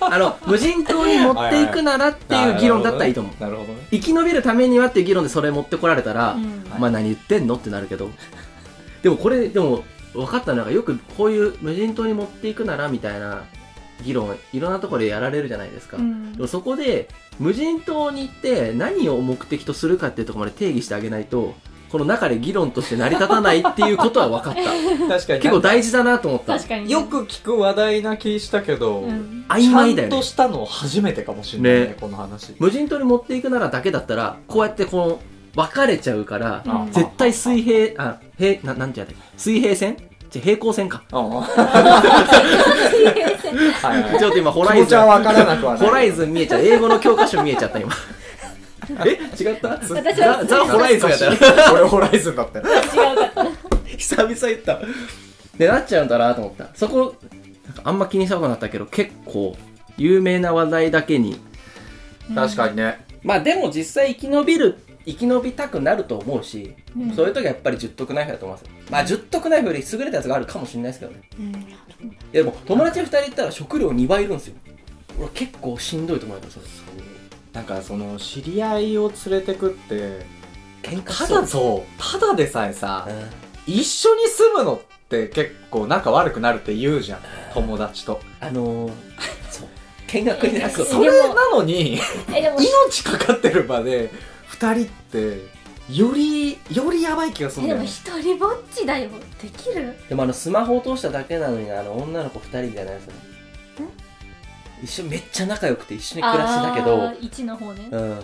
[SPEAKER 2] あの、無人島に持っていくならっていう議論だったらいいと思う。
[SPEAKER 1] なるほどね。
[SPEAKER 2] 生き延びるためにはっていう議論でそれ持ってこられたら、
[SPEAKER 3] うん
[SPEAKER 2] まあ何言ってんのってなるけど。でもこれ、でも分かったのがよくこういう無人島に持っていくならみたいな議論、いろんなところでやられるじゃないですか。
[SPEAKER 3] うん
[SPEAKER 2] でもそこで無人島に行って何を目的とするかっていうところまで定義してあげないとこの中で議論として成り立たないっていうことは分かった
[SPEAKER 1] 確かに。
[SPEAKER 2] 結構大事だなと思った
[SPEAKER 3] 確かにね
[SPEAKER 1] よく聞く話題な気したけど、
[SPEAKER 3] うん
[SPEAKER 2] 曖昧だ
[SPEAKER 1] ちゃ
[SPEAKER 2] よ
[SPEAKER 1] ん
[SPEAKER 2] ね
[SPEAKER 1] としたの初めてかもしれないね
[SPEAKER 2] ね
[SPEAKER 1] この話
[SPEAKER 2] 無人島に持っていくならだけだったらこうやってこの分かれちゃうから
[SPEAKER 3] うん
[SPEAKER 2] 絶対水平あ平ななんてやったっけ水平線じゃ平行線か
[SPEAKER 1] ああはいはい
[SPEAKER 2] ちょっと今ホラ
[SPEAKER 1] 気
[SPEAKER 2] イ
[SPEAKER 1] 持ち
[SPEAKER 2] ズン
[SPEAKER 1] は分からなくはない
[SPEAKER 2] ホライズン見えちゃう英語の教科書見えちゃっ た今え違った
[SPEAKER 3] 私
[SPEAKER 2] ザ
[SPEAKER 3] は
[SPEAKER 2] ザホライズンやった
[SPEAKER 1] 俺ホライズンだったよ
[SPEAKER 3] 違うかった
[SPEAKER 2] 久々言ったでなっちゃうんだなと思ったそこなんかあんま気にしたことなかったけど結構有名な話題だけに
[SPEAKER 1] 確かにね
[SPEAKER 2] まあでも実際生き延びる生き延びたくなると思うし、
[SPEAKER 3] うん
[SPEAKER 2] そういう時はやっぱり十徳ナイフだと思いますよまあ十徳ナイフより優れたやつがあるかもしれないですけどね
[SPEAKER 3] うん
[SPEAKER 2] いやでも友達2人行ったら食料2倍いるんですよ俺結構しんどいと思うよそれ
[SPEAKER 1] なんかその知り合いを連れてくって
[SPEAKER 2] 喧嘩
[SPEAKER 1] た
[SPEAKER 2] しそう
[SPEAKER 1] だそうただでさえさ
[SPEAKER 2] うん
[SPEAKER 1] 一緒に住むのって結構仲悪くなるって言うじゃん友達と
[SPEAKER 2] あのー、そう見学になる
[SPEAKER 1] それなのに
[SPEAKER 3] えでも
[SPEAKER 1] 命かかってる場で二人ってよりよりやばい気がするん
[SPEAKER 3] え
[SPEAKER 1] だ
[SPEAKER 3] で
[SPEAKER 1] よ
[SPEAKER 3] も
[SPEAKER 1] ね
[SPEAKER 3] 一人ぼっちだよできる
[SPEAKER 2] でもあのスマホを通しただけなのにあの女の子2人じゃないですね一緒めっちゃ仲良くて一緒に暮らしてたけ
[SPEAKER 3] あ
[SPEAKER 2] ど
[SPEAKER 3] ー1の方ね
[SPEAKER 2] うん
[SPEAKER 1] あ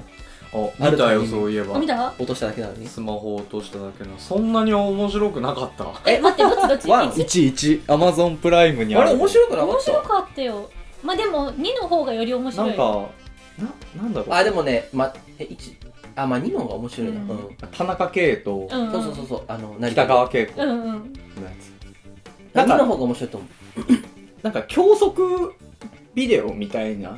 [SPEAKER 1] 見た
[SPEAKER 2] あ
[SPEAKER 1] よ
[SPEAKER 2] るタイミング
[SPEAKER 1] そういえば
[SPEAKER 3] あ見た
[SPEAKER 2] 落としただけなのに
[SPEAKER 1] スマホを落としただけのそんなに面白くなかった
[SPEAKER 3] え待ってどっちどっち
[SPEAKER 2] ワン
[SPEAKER 3] 一
[SPEAKER 1] 11アマゾンプライムに
[SPEAKER 2] あれ面
[SPEAKER 1] い
[SPEAKER 2] 白くなか
[SPEAKER 3] 面
[SPEAKER 2] っ
[SPEAKER 3] 白かったよまあでも2の方がより面白い
[SPEAKER 1] なんかななんだろう
[SPEAKER 2] たあでもねまえ一あまあ2の方が面白いなう
[SPEAKER 3] うん
[SPEAKER 2] ん、
[SPEAKER 1] 田中圭と
[SPEAKER 3] うん
[SPEAKER 2] そうそうそうそうあの成田
[SPEAKER 1] 北川景子
[SPEAKER 3] う
[SPEAKER 1] のや
[SPEAKER 3] んうん
[SPEAKER 1] つ
[SPEAKER 2] 2
[SPEAKER 1] なん
[SPEAKER 2] の
[SPEAKER 1] か
[SPEAKER 2] 方が面白いと思う
[SPEAKER 1] なんか教則ビデオみたいな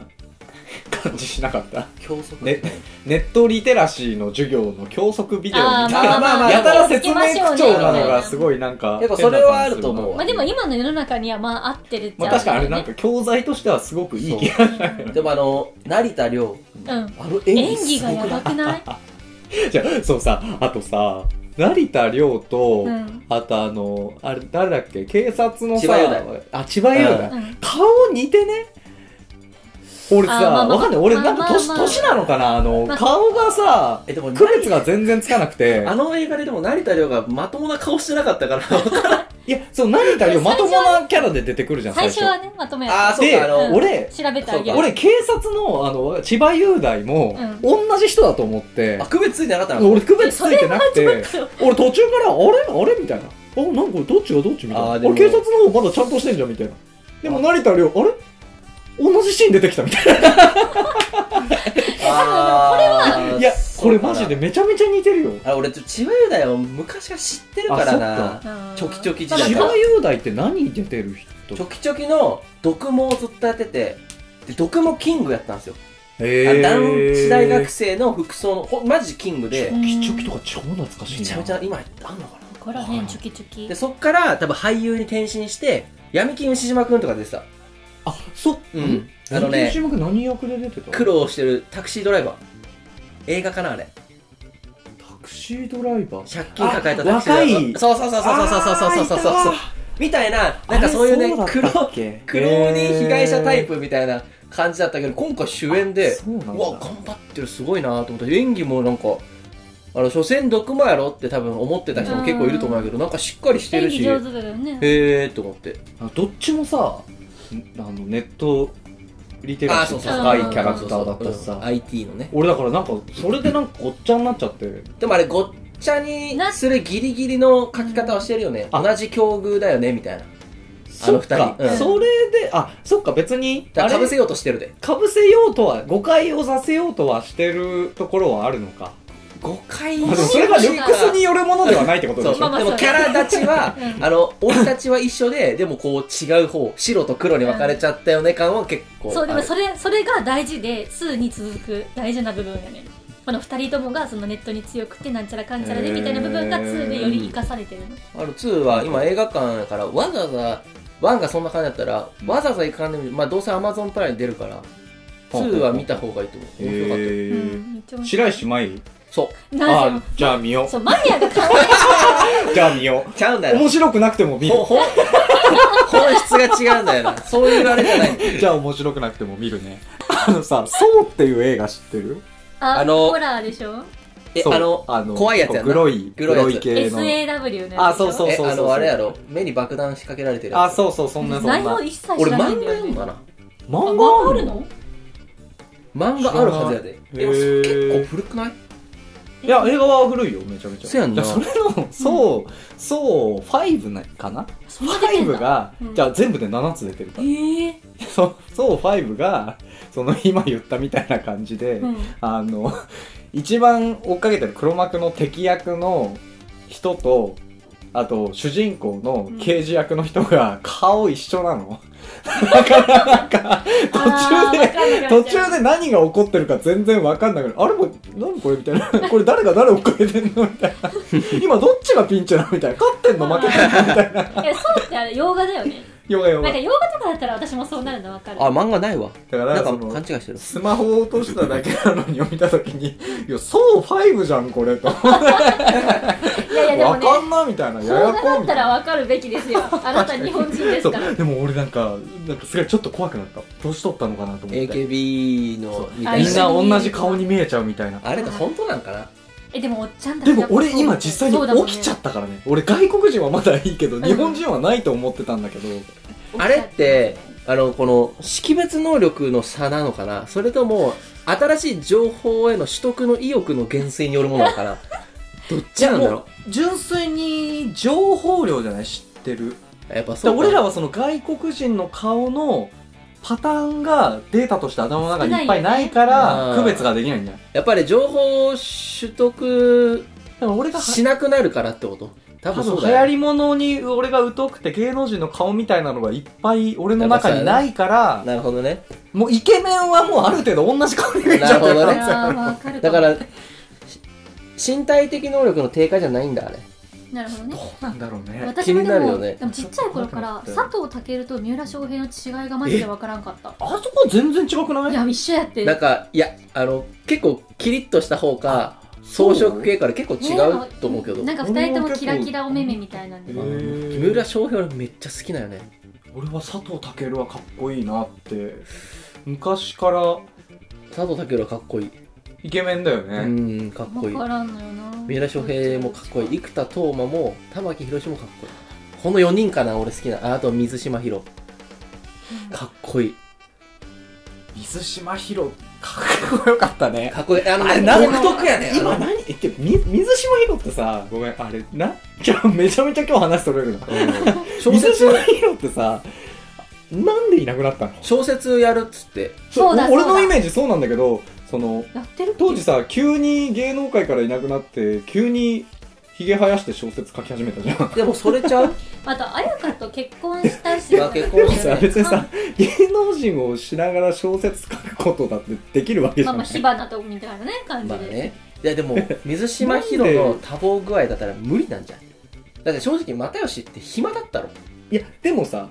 [SPEAKER 1] 感じしなかった
[SPEAKER 2] 教則
[SPEAKER 1] ねネットリテラシーの授業の教則ビデオみたいな
[SPEAKER 3] あーまあまあまあ
[SPEAKER 1] やたら説明口調なのがすごいなんか
[SPEAKER 2] やっぱそれはあると思う
[SPEAKER 3] まあでも今の世の中にはまあ合ってるっち
[SPEAKER 1] まあ
[SPEAKER 3] ゃ
[SPEAKER 1] 確かにあれ
[SPEAKER 3] 合
[SPEAKER 1] な
[SPEAKER 3] っ
[SPEAKER 1] ん
[SPEAKER 3] て
[SPEAKER 1] か教材としてはすごくいい気が
[SPEAKER 2] でもあの成田凌
[SPEAKER 3] るよね
[SPEAKER 2] あの
[SPEAKER 3] うん
[SPEAKER 2] 演技
[SPEAKER 3] 演技
[SPEAKER 2] す
[SPEAKER 3] が
[SPEAKER 2] ご
[SPEAKER 3] や
[SPEAKER 2] くな
[SPEAKER 3] ば
[SPEAKER 2] い
[SPEAKER 3] くない
[SPEAKER 1] じゃあそうさあとさ成田凌と、
[SPEAKER 3] うん
[SPEAKER 1] あとあのあれ誰だっけ警察のさ
[SPEAKER 2] 千葉雄大
[SPEAKER 1] あ千葉雄大、
[SPEAKER 3] うん
[SPEAKER 1] 顔似てね俺さ、
[SPEAKER 3] あまあまあ
[SPEAKER 1] わかんない俺なん
[SPEAKER 3] ま
[SPEAKER 1] か
[SPEAKER 3] あまあ
[SPEAKER 1] 年,、
[SPEAKER 3] まあ
[SPEAKER 1] 年なのかなあの、
[SPEAKER 3] まあ
[SPEAKER 1] 顔がさ
[SPEAKER 2] えでも
[SPEAKER 1] 区別が全然つかなくて
[SPEAKER 2] あの映画ででも成田凌がまともな顔してなかったから
[SPEAKER 1] いやそう成田凌まともなキャラで出てくるじゃん
[SPEAKER 3] 最
[SPEAKER 1] 最
[SPEAKER 3] 初
[SPEAKER 1] 初
[SPEAKER 3] はねまとめや
[SPEAKER 2] あー
[SPEAKER 3] っ
[SPEAKER 2] そう
[SPEAKER 1] で
[SPEAKER 2] かあの、
[SPEAKER 3] うん
[SPEAKER 1] 俺
[SPEAKER 3] た調べてあげる
[SPEAKER 1] 俺警察のあの千葉雄大も、
[SPEAKER 3] うん
[SPEAKER 1] 同じ人だと思って
[SPEAKER 2] あ、区別ついてなかったの
[SPEAKER 1] 俺区別ついてなく
[SPEAKER 3] それ
[SPEAKER 1] て
[SPEAKER 3] はちょっと
[SPEAKER 1] 俺途中からあれあれみたいなあなんかどっちがどっちみた
[SPEAKER 2] あー
[SPEAKER 1] いな
[SPEAKER 2] でも
[SPEAKER 1] 俺警察の方まだちゃんとしてんじゃんみたいなでも成田凌あれ同じシーン出てきたみたい
[SPEAKER 2] あー
[SPEAKER 1] ないや
[SPEAKER 2] そ
[SPEAKER 1] こ
[SPEAKER 2] う
[SPEAKER 1] れ
[SPEAKER 2] かな
[SPEAKER 1] マジでめちゃめちゃ似てるよ
[SPEAKER 2] あ俺千葉雄大は昔から知ってるからな
[SPEAKER 1] あ
[SPEAKER 3] うん
[SPEAKER 2] チョキチョキ時
[SPEAKER 3] まあ
[SPEAKER 2] 代
[SPEAKER 1] 千
[SPEAKER 3] まあ
[SPEAKER 1] 葉雄大って何に出てる人
[SPEAKER 2] チョキチョキの毒毛をずっとやっててで毒毛キングやったんですよ、
[SPEAKER 1] え
[SPEAKER 2] あの男子大学生の服装のほマジキングで
[SPEAKER 3] う
[SPEAKER 1] チョ
[SPEAKER 3] ん
[SPEAKER 1] キチョキとか超懐かしいな
[SPEAKER 2] めちゃめちゃ今あんのかな
[SPEAKER 3] こら辺チョキチョキ
[SPEAKER 2] でそっから多分俳優に転身して闇金牛島くんとか出てた
[SPEAKER 1] あそっ
[SPEAKER 2] うんあのね
[SPEAKER 1] 西島君何役で出てた
[SPEAKER 2] 苦労してるタクシードライバー映画かなあれ
[SPEAKER 1] タクシードライバー
[SPEAKER 2] 借金抱えたタクシードライバ
[SPEAKER 1] あ
[SPEAKER 2] ー
[SPEAKER 1] 若い
[SPEAKER 2] そうそうそうそうそうそうそうそうそうそうみたいななんかそういうね苦労
[SPEAKER 1] 苦
[SPEAKER 2] 苦労人被害者タイプみたいな感じだったけど今回主演で
[SPEAKER 1] そうなんだ
[SPEAKER 2] うわ頑張ってるすごいなと思って演技もなんかあの所詮毒もやろって多分思ってた人も結構いると思うんやけどなんかしっかりして
[SPEAKER 3] 演
[SPEAKER 2] る
[SPEAKER 3] 技
[SPEAKER 2] し
[SPEAKER 3] 上
[SPEAKER 2] へ
[SPEAKER 3] 手だよね
[SPEAKER 2] えと思って
[SPEAKER 1] あどっちもさんあのネットリテラシー高いキャラクターだったし
[SPEAKER 2] うん
[SPEAKER 1] さ
[SPEAKER 2] IT のね
[SPEAKER 1] 俺だからなんかそれでなんかごっちゃになっちゃって
[SPEAKER 2] でもあれごっちゃにするギリギリの書き方をしてるよね
[SPEAKER 1] あ
[SPEAKER 2] 同じ境遇だよねみたいなあの二人
[SPEAKER 1] そっか
[SPEAKER 2] うん
[SPEAKER 1] それであそっか別に
[SPEAKER 2] だ
[SPEAKER 1] あ
[SPEAKER 2] か
[SPEAKER 1] れ
[SPEAKER 2] らかぶせようとしてるで
[SPEAKER 1] かぶせようとは誤解をさせようとはしてるところはあるのか
[SPEAKER 2] 誤解
[SPEAKER 1] あでもそれがルックスによるものではないってこと
[SPEAKER 2] そ
[SPEAKER 1] で
[SPEAKER 2] う
[SPEAKER 1] し
[SPEAKER 3] まあ
[SPEAKER 1] ょ
[SPEAKER 3] まあ
[SPEAKER 2] でもキャラ立ちは、
[SPEAKER 3] うん
[SPEAKER 2] あの俺たちは一緒ででもこう違う方白と黒に分かれちゃったよね感は結構
[SPEAKER 3] そうで
[SPEAKER 2] あ
[SPEAKER 3] も
[SPEAKER 2] る
[SPEAKER 3] それそれが大事で数に続く大事な部分やねこの2人ともがそのネットに強くてなんちゃらかんちゃらでみたいな部分が
[SPEAKER 1] へー
[SPEAKER 3] 2でより生かされてるの
[SPEAKER 2] あの2は今映画館だからわざわざ1がそんな感じだったらわざわざ行かんでもいいまあどうせ Amazon プライム出るから2は見た方がいいと思う面白かったよ
[SPEAKER 1] へー
[SPEAKER 3] うんめっちゃ面白
[SPEAKER 1] 白
[SPEAKER 3] い
[SPEAKER 1] 石麻衣
[SPEAKER 2] そ
[SPEAKER 3] なん
[SPEAKER 1] あ
[SPEAKER 3] せ
[SPEAKER 1] じゃあ見よ
[SPEAKER 3] そうマニアが可愛いう
[SPEAKER 1] じゃあ見よ
[SPEAKER 2] うちゃうんだ
[SPEAKER 1] う
[SPEAKER 2] よ
[SPEAKER 1] 面白くなくても見る
[SPEAKER 2] ほほ 本質が違うんだよなそういうあれじゃない
[SPEAKER 1] じゃあ面白くなくても見るね。 あのさ、そうっていう映画知ってる
[SPEAKER 3] あ
[SPEAKER 2] あの
[SPEAKER 3] ホラーでしょ
[SPEAKER 2] え
[SPEAKER 1] そう
[SPEAKER 2] あの怖いやつやな
[SPEAKER 1] グロい、
[SPEAKER 2] グロいやつ
[SPEAKER 1] 系の。
[SPEAKER 3] SAW のやつ
[SPEAKER 1] あそうそう
[SPEAKER 2] えあのあれやろ目に爆弾仕掛けられてるや
[SPEAKER 1] あ、
[SPEAKER 2] つ
[SPEAKER 1] そうそう、そんなそんな。
[SPEAKER 3] 内容一切知
[SPEAKER 2] 俺
[SPEAKER 3] らないん
[SPEAKER 2] 漫画読ん
[SPEAKER 3] だよ、ね、
[SPEAKER 2] だな
[SPEAKER 3] あ
[SPEAKER 1] 漫
[SPEAKER 3] 漫画
[SPEAKER 1] 画
[SPEAKER 3] あるの
[SPEAKER 2] 漫画あるはずやで
[SPEAKER 1] 知らない
[SPEAKER 2] え
[SPEAKER 1] へー
[SPEAKER 2] 結構古くない
[SPEAKER 1] いや、映画は古いよ、めちゃめちゃ。
[SPEAKER 2] そうやんな
[SPEAKER 1] じゃあそれの、そう、そう、5なかな
[SPEAKER 3] そんな出てんだ
[SPEAKER 1] ?5 が
[SPEAKER 3] う、ん
[SPEAKER 1] じゃあ全部で7つ出てるから。
[SPEAKER 3] へえ
[SPEAKER 1] そう、そう5が、その今言ったみたいな感じで、
[SPEAKER 3] うん
[SPEAKER 1] あの、一番追っかけてる黒幕の敵役の人と、あと、主人公の刑事役の人が顔一緒なの。だからなんか、途中で、
[SPEAKER 3] で
[SPEAKER 1] 途中で何が起こってるか全然わかんなくなる。あれも、何これみたいな。これ誰が誰追っかけてんのみたいな。今どっちがピンチなのみたいな。勝ってんの負けてん のみたいな。
[SPEAKER 3] いやそうってあれ洋画だよね
[SPEAKER 1] よがよ
[SPEAKER 3] なん
[SPEAKER 1] が
[SPEAKER 3] か。洋画とかだったら私もそうなるの分かる
[SPEAKER 2] あ漫画ないわ
[SPEAKER 1] だか
[SPEAKER 2] な
[SPEAKER 1] ら、
[SPEAKER 2] んか
[SPEAKER 1] そ
[SPEAKER 2] 勘
[SPEAKER 1] の、
[SPEAKER 2] 違いしてる
[SPEAKER 1] スマホを落としただけなのに読みたときに、いや、そう5じゃん、これと。
[SPEAKER 3] いやいやでも
[SPEAKER 1] わ
[SPEAKER 3] ね
[SPEAKER 1] かんなみたいな。
[SPEAKER 3] 邦
[SPEAKER 1] やや
[SPEAKER 3] 画
[SPEAKER 1] こ
[SPEAKER 3] だ
[SPEAKER 1] み
[SPEAKER 3] った
[SPEAKER 1] たい
[SPEAKER 3] ら
[SPEAKER 1] な。
[SPEAKER 3] 分かるべきですよあなた日本人です
[SPEAKER 1] そう
[SPEAKER 3] から
[SPEAKER 1] でも俺なんか、なんかすごいちょっと怖くなった。年取ったのかなと思って。
[SPEAKER 2] AKB のみ
[SPEAKER 3] あ
[SPEAKER 2] たい
[SPEAKER 1] み
[SPEAKER 2] なん
[SPEAKER 1] な同じ顔に見えちゃうみたいな。
[SPEAKER 2] あれって本当なんかな
[SPEAKER 3] えでもおっちゃんた
[SPEAKER 1] で
[SPEAKER 3] ちや
[SPEAKER 1] も
[SPEAKER 3] っぱそう
[SPEAKER 1] 俺今実際
[SPEAKER 3] そうだもん
[SPEAKER 1] に
[SPEAKER 3] ね
[SPEAKER 1] 起きちゃったからね。俺外国人はまだいいけど、日本人はないと思ってたんだけど。
[SPEAKER 2] あれってあのこの識別能力の差なのかなそれとも新しい情報への取得の意欲の減衰によるものなの かなどっちなんだろ
[SPEAKER 1] う純粋に情報量じゃない知ってる。
[SPEAKER 2] うやっぱ
[SPEAKER 1] だか
[SPEAKER 2] そ
[SPEAKER 1] ら
[SPEAKER 2] う
[SPEAKER 1] 俺らはその外国人の顔のパターンがデータとして頭の中にいっぱいないか
[SPEAKER 2] 少ないよ
[SPEAKER 1] ら
[SPEAKER 2] ね
[SPEAKER 1] 区別ができないんじゃない
[SPEAKER 2] やっぱり情報を取得
[SPEAKER 1] だから俺が
[SPEAKER 2] しなくなるからってこと多
[SPEAKER 1] 多
[SPEAKER 2] 分
[SPEAKER 1] 分
[SPEAKER 2] そう
[SPEAKER 1] 流
[SPEAKER 2] だよ
[SPEAKER 1] 行り物に俺が疎くて芸能人の顔みたいなのがいっぱい俺の中にないから
[SPEAKER 2] なるほどね
[SPEAKER 1] もうイケメンはもうある程度同じ顔に見えちゃって
[SPEAKER 2] なるほどね
[SPEAKER 3] あーわかる
[SPEAKER 2] だ
[SPEAKER 3] かも
[SPEAKER 2] からし身体的能力の低下じゃないんだあれ
[SPEAKER 3] なるほどね
[SPEAKER 1] どうなんだろうね
[SPEAKER 3] 私も
[SPEAKER 2] 気に
[SPEAKER 3] で
[SPEAKER 2] なる
[SPEAKER 3] も
[SPEAKER 2] よね
[SPEAKER 3] でもちっちゃい頃から佐藤健と三浦翔平の違いがマジで分からんかった
[SPEAKER 1] あそこ全然違くない
[SPEAKER 3] いや一緒やって
[SPEAKER 2] なんかいやあの結構キリッとした方か装飾系から結構違うと思うけど、
[SPEAKER 3] なんか二人ともキラキラお目目みたいなんで
[SPEAKER 1] へー
[SPEAKER 2] 三浦翔平俺めっちゃ好きだよね
[SPEAKER 1] 俺は佐藤健はかっこいいなって昔から
[SPEAKER 2] 佐藤健はかっこいい
[SPEAKER 1] イケメンだよ
[SPEAKER 2] う
[SPEAKER 1] ね、
[SPEAKER 2] んかっこい
[SPEAKER 3] 分
[SPEAKER 2] い
[SPEAKER 3] からんのよな
[SPEAKER 2] 三浦翔平もかっこいい生田斗真も玉木宏もかっこいいこの4人かな俺好きなああと水島ひろかっこいい
[SPEAKER 1] 水島ひろかっこよかったね
[SPEAKER 2] かっこいいあのね
[SPEAKER 1] あれなん
[SPEAKER 2] この
[SPEAKER 1] 独特やね今何言ってみ水島ひろってさごめんあれなじゃあめちゃめちゃ今日話それるな
[SPEAKER 2] うん小
[SPEAKER 1] 水
[SPEAKER 2] 説
[SPEAKER 1] 島ひろってさなんでいなくなったの
[SPEAKER 2] 小説やるっつって
[SPEAKER 3] そうだ
[SPEAKER 1] お俺
[SPEAKER 3] そう
[SPEAKER 1] の
[SPEAKER 3] だ
[SPEAKER 1] イメージそうなんだけどその
[SPEAKER 3] やってるっけ
[SPEAKER 1] 当時さ急に芸能界からいなくなって急にひげ生やして小説書き始めたじゃん
[SPEAKER 2] でもそれちゃ う
[SPEAKER 3] あと彩香と結婚したし
[SPEAKER 2] まあ結婚して
[SPEAKER 1] さ
[SPEAKER 2] ね
[SPEAKER 1] 別にさ芸能人をしながら小説書くことだってできるわけじ
[SPEAKER 3] ま
[SPEAKER 1] ゃ
[SPEAKER 3] あま
[SPEAKER 1] な
[SPEAKER 3] あ
[SPEAKER 1] い
[SPEAKER 3] 火花とみたいなね感じで、
[SPEAKER 2] まあねいやでも水島ひろの多忙具合だったら無理なんじゃんだって正直又吉って暇だったろ
[SPEAKER 1] いやでもさ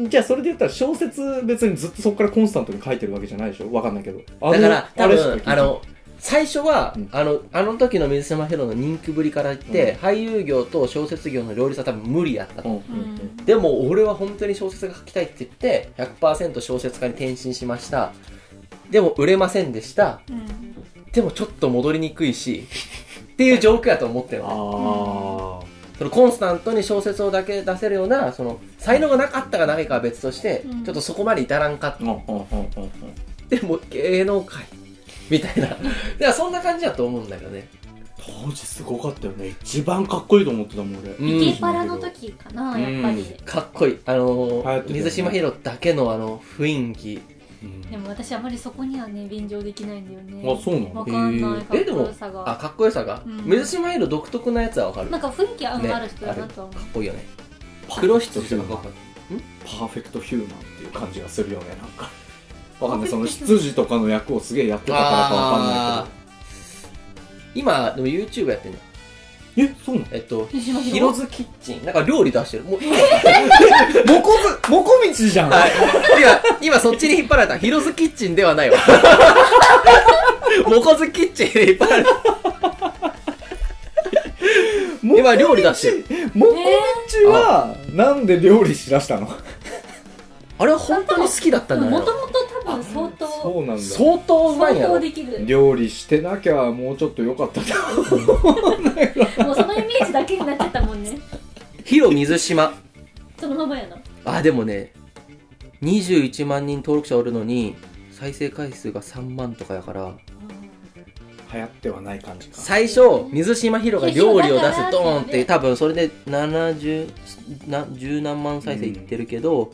[SPEAKER 1] じゃあそれで言ったら小説別にずっとそこからコンスタントに書いてるわけじゃないでしょわかんないけど
[SPEAKER 2] だから多
[SPEAKER 1] れしか聞
[SPEAKER 2] 分
[SPEAKER 1] いて
[SPEAKER 2] あの最初は、
[SPEAKER 1] うん
[SPEAKER 2] あのあの時の水島ヒロの人気ぶりから言って、
[SPEAKER 1] う
[SPEAKER 2] 俳優業と小説業の両立は多分無理やったと、
[SPEAKER 1] うん
[SPEAKER 3] う
[SPEAKER 1] うんうん
[SPEAKER 3] ん
[SPEAKER 2] でも俺は本当に小説が書きたいって言って100%小説家に転身しましたでも売れませんでした
[SPEAKER 3] うん
[SPEAKER 2] でもちょっと戻りにくいしっていう状況やと思ってるのね
[SPEAKER 1] ああ
[SPEAKER 2] そのコンスタントに小説をだけ出せるようなその才能がなかったかないかは別として、
[SPEAKER 3] うん
[SPEAKER 2] ちょっとそこまで至らんかった
[SPEAKER 1] うんうんうんうん
[SPEAKER 2] でも芸能界みたいな。だからそんな感じだと思うんだけどね。
[SPEAKER 1] 当時すごかったよね一番かっこいいと思ってたもん俺
[SPEAKER 2] う
[SPEAKER 3] イ
[SPEAKER 2] ん
[SPEAKER 3] ケ。パラの時かなやっぱり、
[SPEAKER 2] かっこいい。あ
[SPEAKER 1] 流行っ
[SPEAKER 2] の
[SPEAKER 1] て
[SPEAKER 2] ー、
[SPEAKER 1] たよね
[SPEAKER 2] 水島ヒロだけのあの雰囲気。
[SPEAKER 1] うん
[SPEAKER 3] でも私あまりそこにはね便乗できないんだよね
[SPEAKER 1] あそうな
[SPEAKER 3] わ
[SPEAKER 1] の
[SPEAKER 3] かんな
[SPEAKER 2] へ
[SPEAKER 3] い
[SPEAKER 2] ー
[SPEAKER 3] かっ
[SPEAKER 2] えで
[SPEAKER 3] こ
[SPEAKER 2] も
[SPEAKER 3] よさ
[SPEAKER 2] あ、
[SPEAKER 3] が
[SPEAKER 2] かっこよさが。
[SPEAKER 3] うん
[SPEAKER 2] 水島ヒロ独特なやつはわかる。
[SPEAKER 3] なんか雰囲気あ,、
[SPEAKER 2] ね
[SPEAKER 3] ある人だなとは思う
[SPEAKER 2] かっこいいよね。黒人としてかっこよかっ
[SPEAKER 1] パーフェクトヒューマンっていう感じがするよねなんかわかんない
[SPEAKER 3] パ
[SPEAKER 1] そ
[SPEAKER 3] ーフェ
[SPEAKER 1] の
[SPEAKER 3] クトヒューマン
[SPEAKER 1] 羊とかの役をすげえやって
[SPEAKER 2] た
[SPEAKER 1] たからかわかん
[SPEAKER 2] あ
[SPEAKER 1] な
[SPEAKER 2] ー今、でも YouTube やってんの。
[SPEAKER 1] いけどえそうなの
[SPEAKER 2] えっと、
[SPEAKER 3] 水島ヒ
[SPEAKER 2] ヒ
[SPEAKER 3] ロ
[SPEAKER 2] ロズキッチン。なんか料理出してる。もう今、
[SPEAKER 1] モコずモコミチじゃん
[SPEAKER 2] はい、今、今そっちに引っ張られた。ヒロズキッチンではないわ。モコズキッチンに引っ張られた。今、料理出してる。
[SPEAKER 1] モコミチはなんで料理しだしたの
[SPEAKER 2] あれは本当に好きだったんだ
[SPEAKER 3] も
[SPEAKER 2] よ
[SPEAKER 3] と。もと多分相当
[SPEAKER 1] そうなんだ
[SPEAKER 2] 相当うまいん
[SPEAKER 3] 相
[SPEAKER 2] や
[SPEAKER 3] 当
[SPEAKER 2] ろ。
[SPEAKER 3] できる
[SPEAKER 1] 料理してなきゃもうちょっと良かったな
[SPEAKER 3] もうそのイメージだけになっちゃったもんね
[SPEAKER 2] ヒロ水島。
[SPEAKER 3] そのままやな
[SPEAKER 2] あ、でもね、21万人登録者おるのに、再生回数が3万とかやから、
[SPEAKER 1] 流行ってはない感じか
[SPEAKER 2] 最初、水島ヒロが料理を出すドーンって、多分それで70な、十何万再生いってるけど、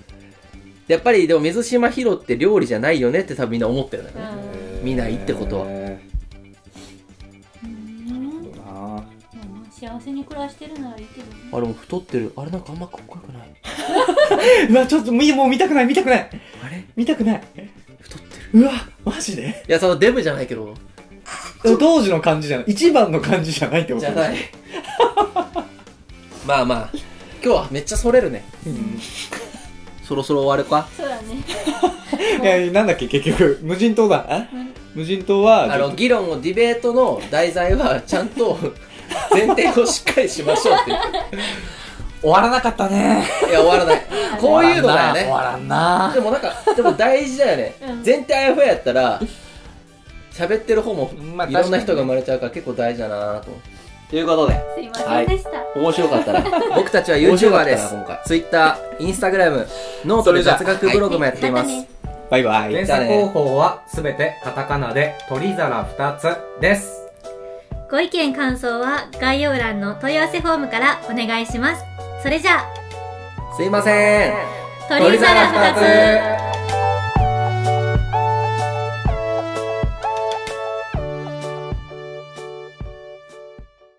[SPEAKER 2] やっぱりでも水島ヒロって料理じゃないよねって多分みんな思ってるんだよね。
[SPEAKER 3] う
[SPEAKER 2] 見ないってことは
[SPEAKER 1] え
[SPEAKER 3] ん
[SPEAKER 1] ーな
[SPEAKER 3] うん幸せに暮らしてるならいいけどね
[SPEAKER 2] あれも太ってる。あれなんかあんまかっこよくない。
[SPEAKER 1] あうわちょっともういいもう見たくない見たくない
[SPEAKER 2] あれ
[SPEAKER 1] 見たくない
[SPEAKER 2] 太ってる。
[SPEAKER 1] うわマジで
[SPEAKER 2] いや、そのデブじゃないけど。
[SPEAKER 1] 当時の感じじゃない一番の感じじゃないってこと
[SPEAKER 2] じゃ ない。まあまあ、今日はめっちゃそれるね。
[SPEAKER 1] うん
[SPEAKER 2] そろそろ終わるか。
[SPEAKER 3] そうだね
[SPEAKER 1] いやなんだっけ結局無人島だ
[SPEAKER 3] うん
[SPEAKER 1] 無人島は
[SPEAKER 2] あの、議論をディベートの題材はちゃんと前提をしっかりしましょうっていう。
[SPEAKER 1] 終わらなかったね
[SPEAKER 2] い や、終わらない。こういうのだよね。
[SPEAKER 1] らんな
[SPEAKER 2] でもなんか、でも大事だよ ね。
[SPEAKER 3] うん
[SPEAKER 2] 全体あやふややったら、喋ってる方も
[SPEAKER 1] まあ
[SPEAKER 2] いろんな人が生まれちゃうから結構大事だなと。ということで、
[SPEAKER 3] すいませんでした、
[SPEAKER 2] 面白かったら 僕たちは
[SPEAKER 1] 面白か
[SPEAKER 2] YouTuber
[SPEAKER 1] った
[SPEAKER 2] で
[SPEAKER 1] な
[SPEAKER 2] す
[SPEAKER 1] 今回。
[SPEAKER 2] Twitter、Instagram、ノートで雑学ブログもやっています。
[SPEAKER 3] はい
[SPEAKER 1] バイバイ
[SPEAKER 6] 検査方法はすべてカタカナで鳥皿2つです
[SPEAKER 7] ご意見感想は概要欄の問い合わせフォームからお願いします。それじゃあ、
[SPEAKER 2] すいません。
[SPEAKER 7] 鳥皿
[SPEAKER 6] 鳥皿
[SPEAKER 7] 2つ
[SPEAKER 6] 二つ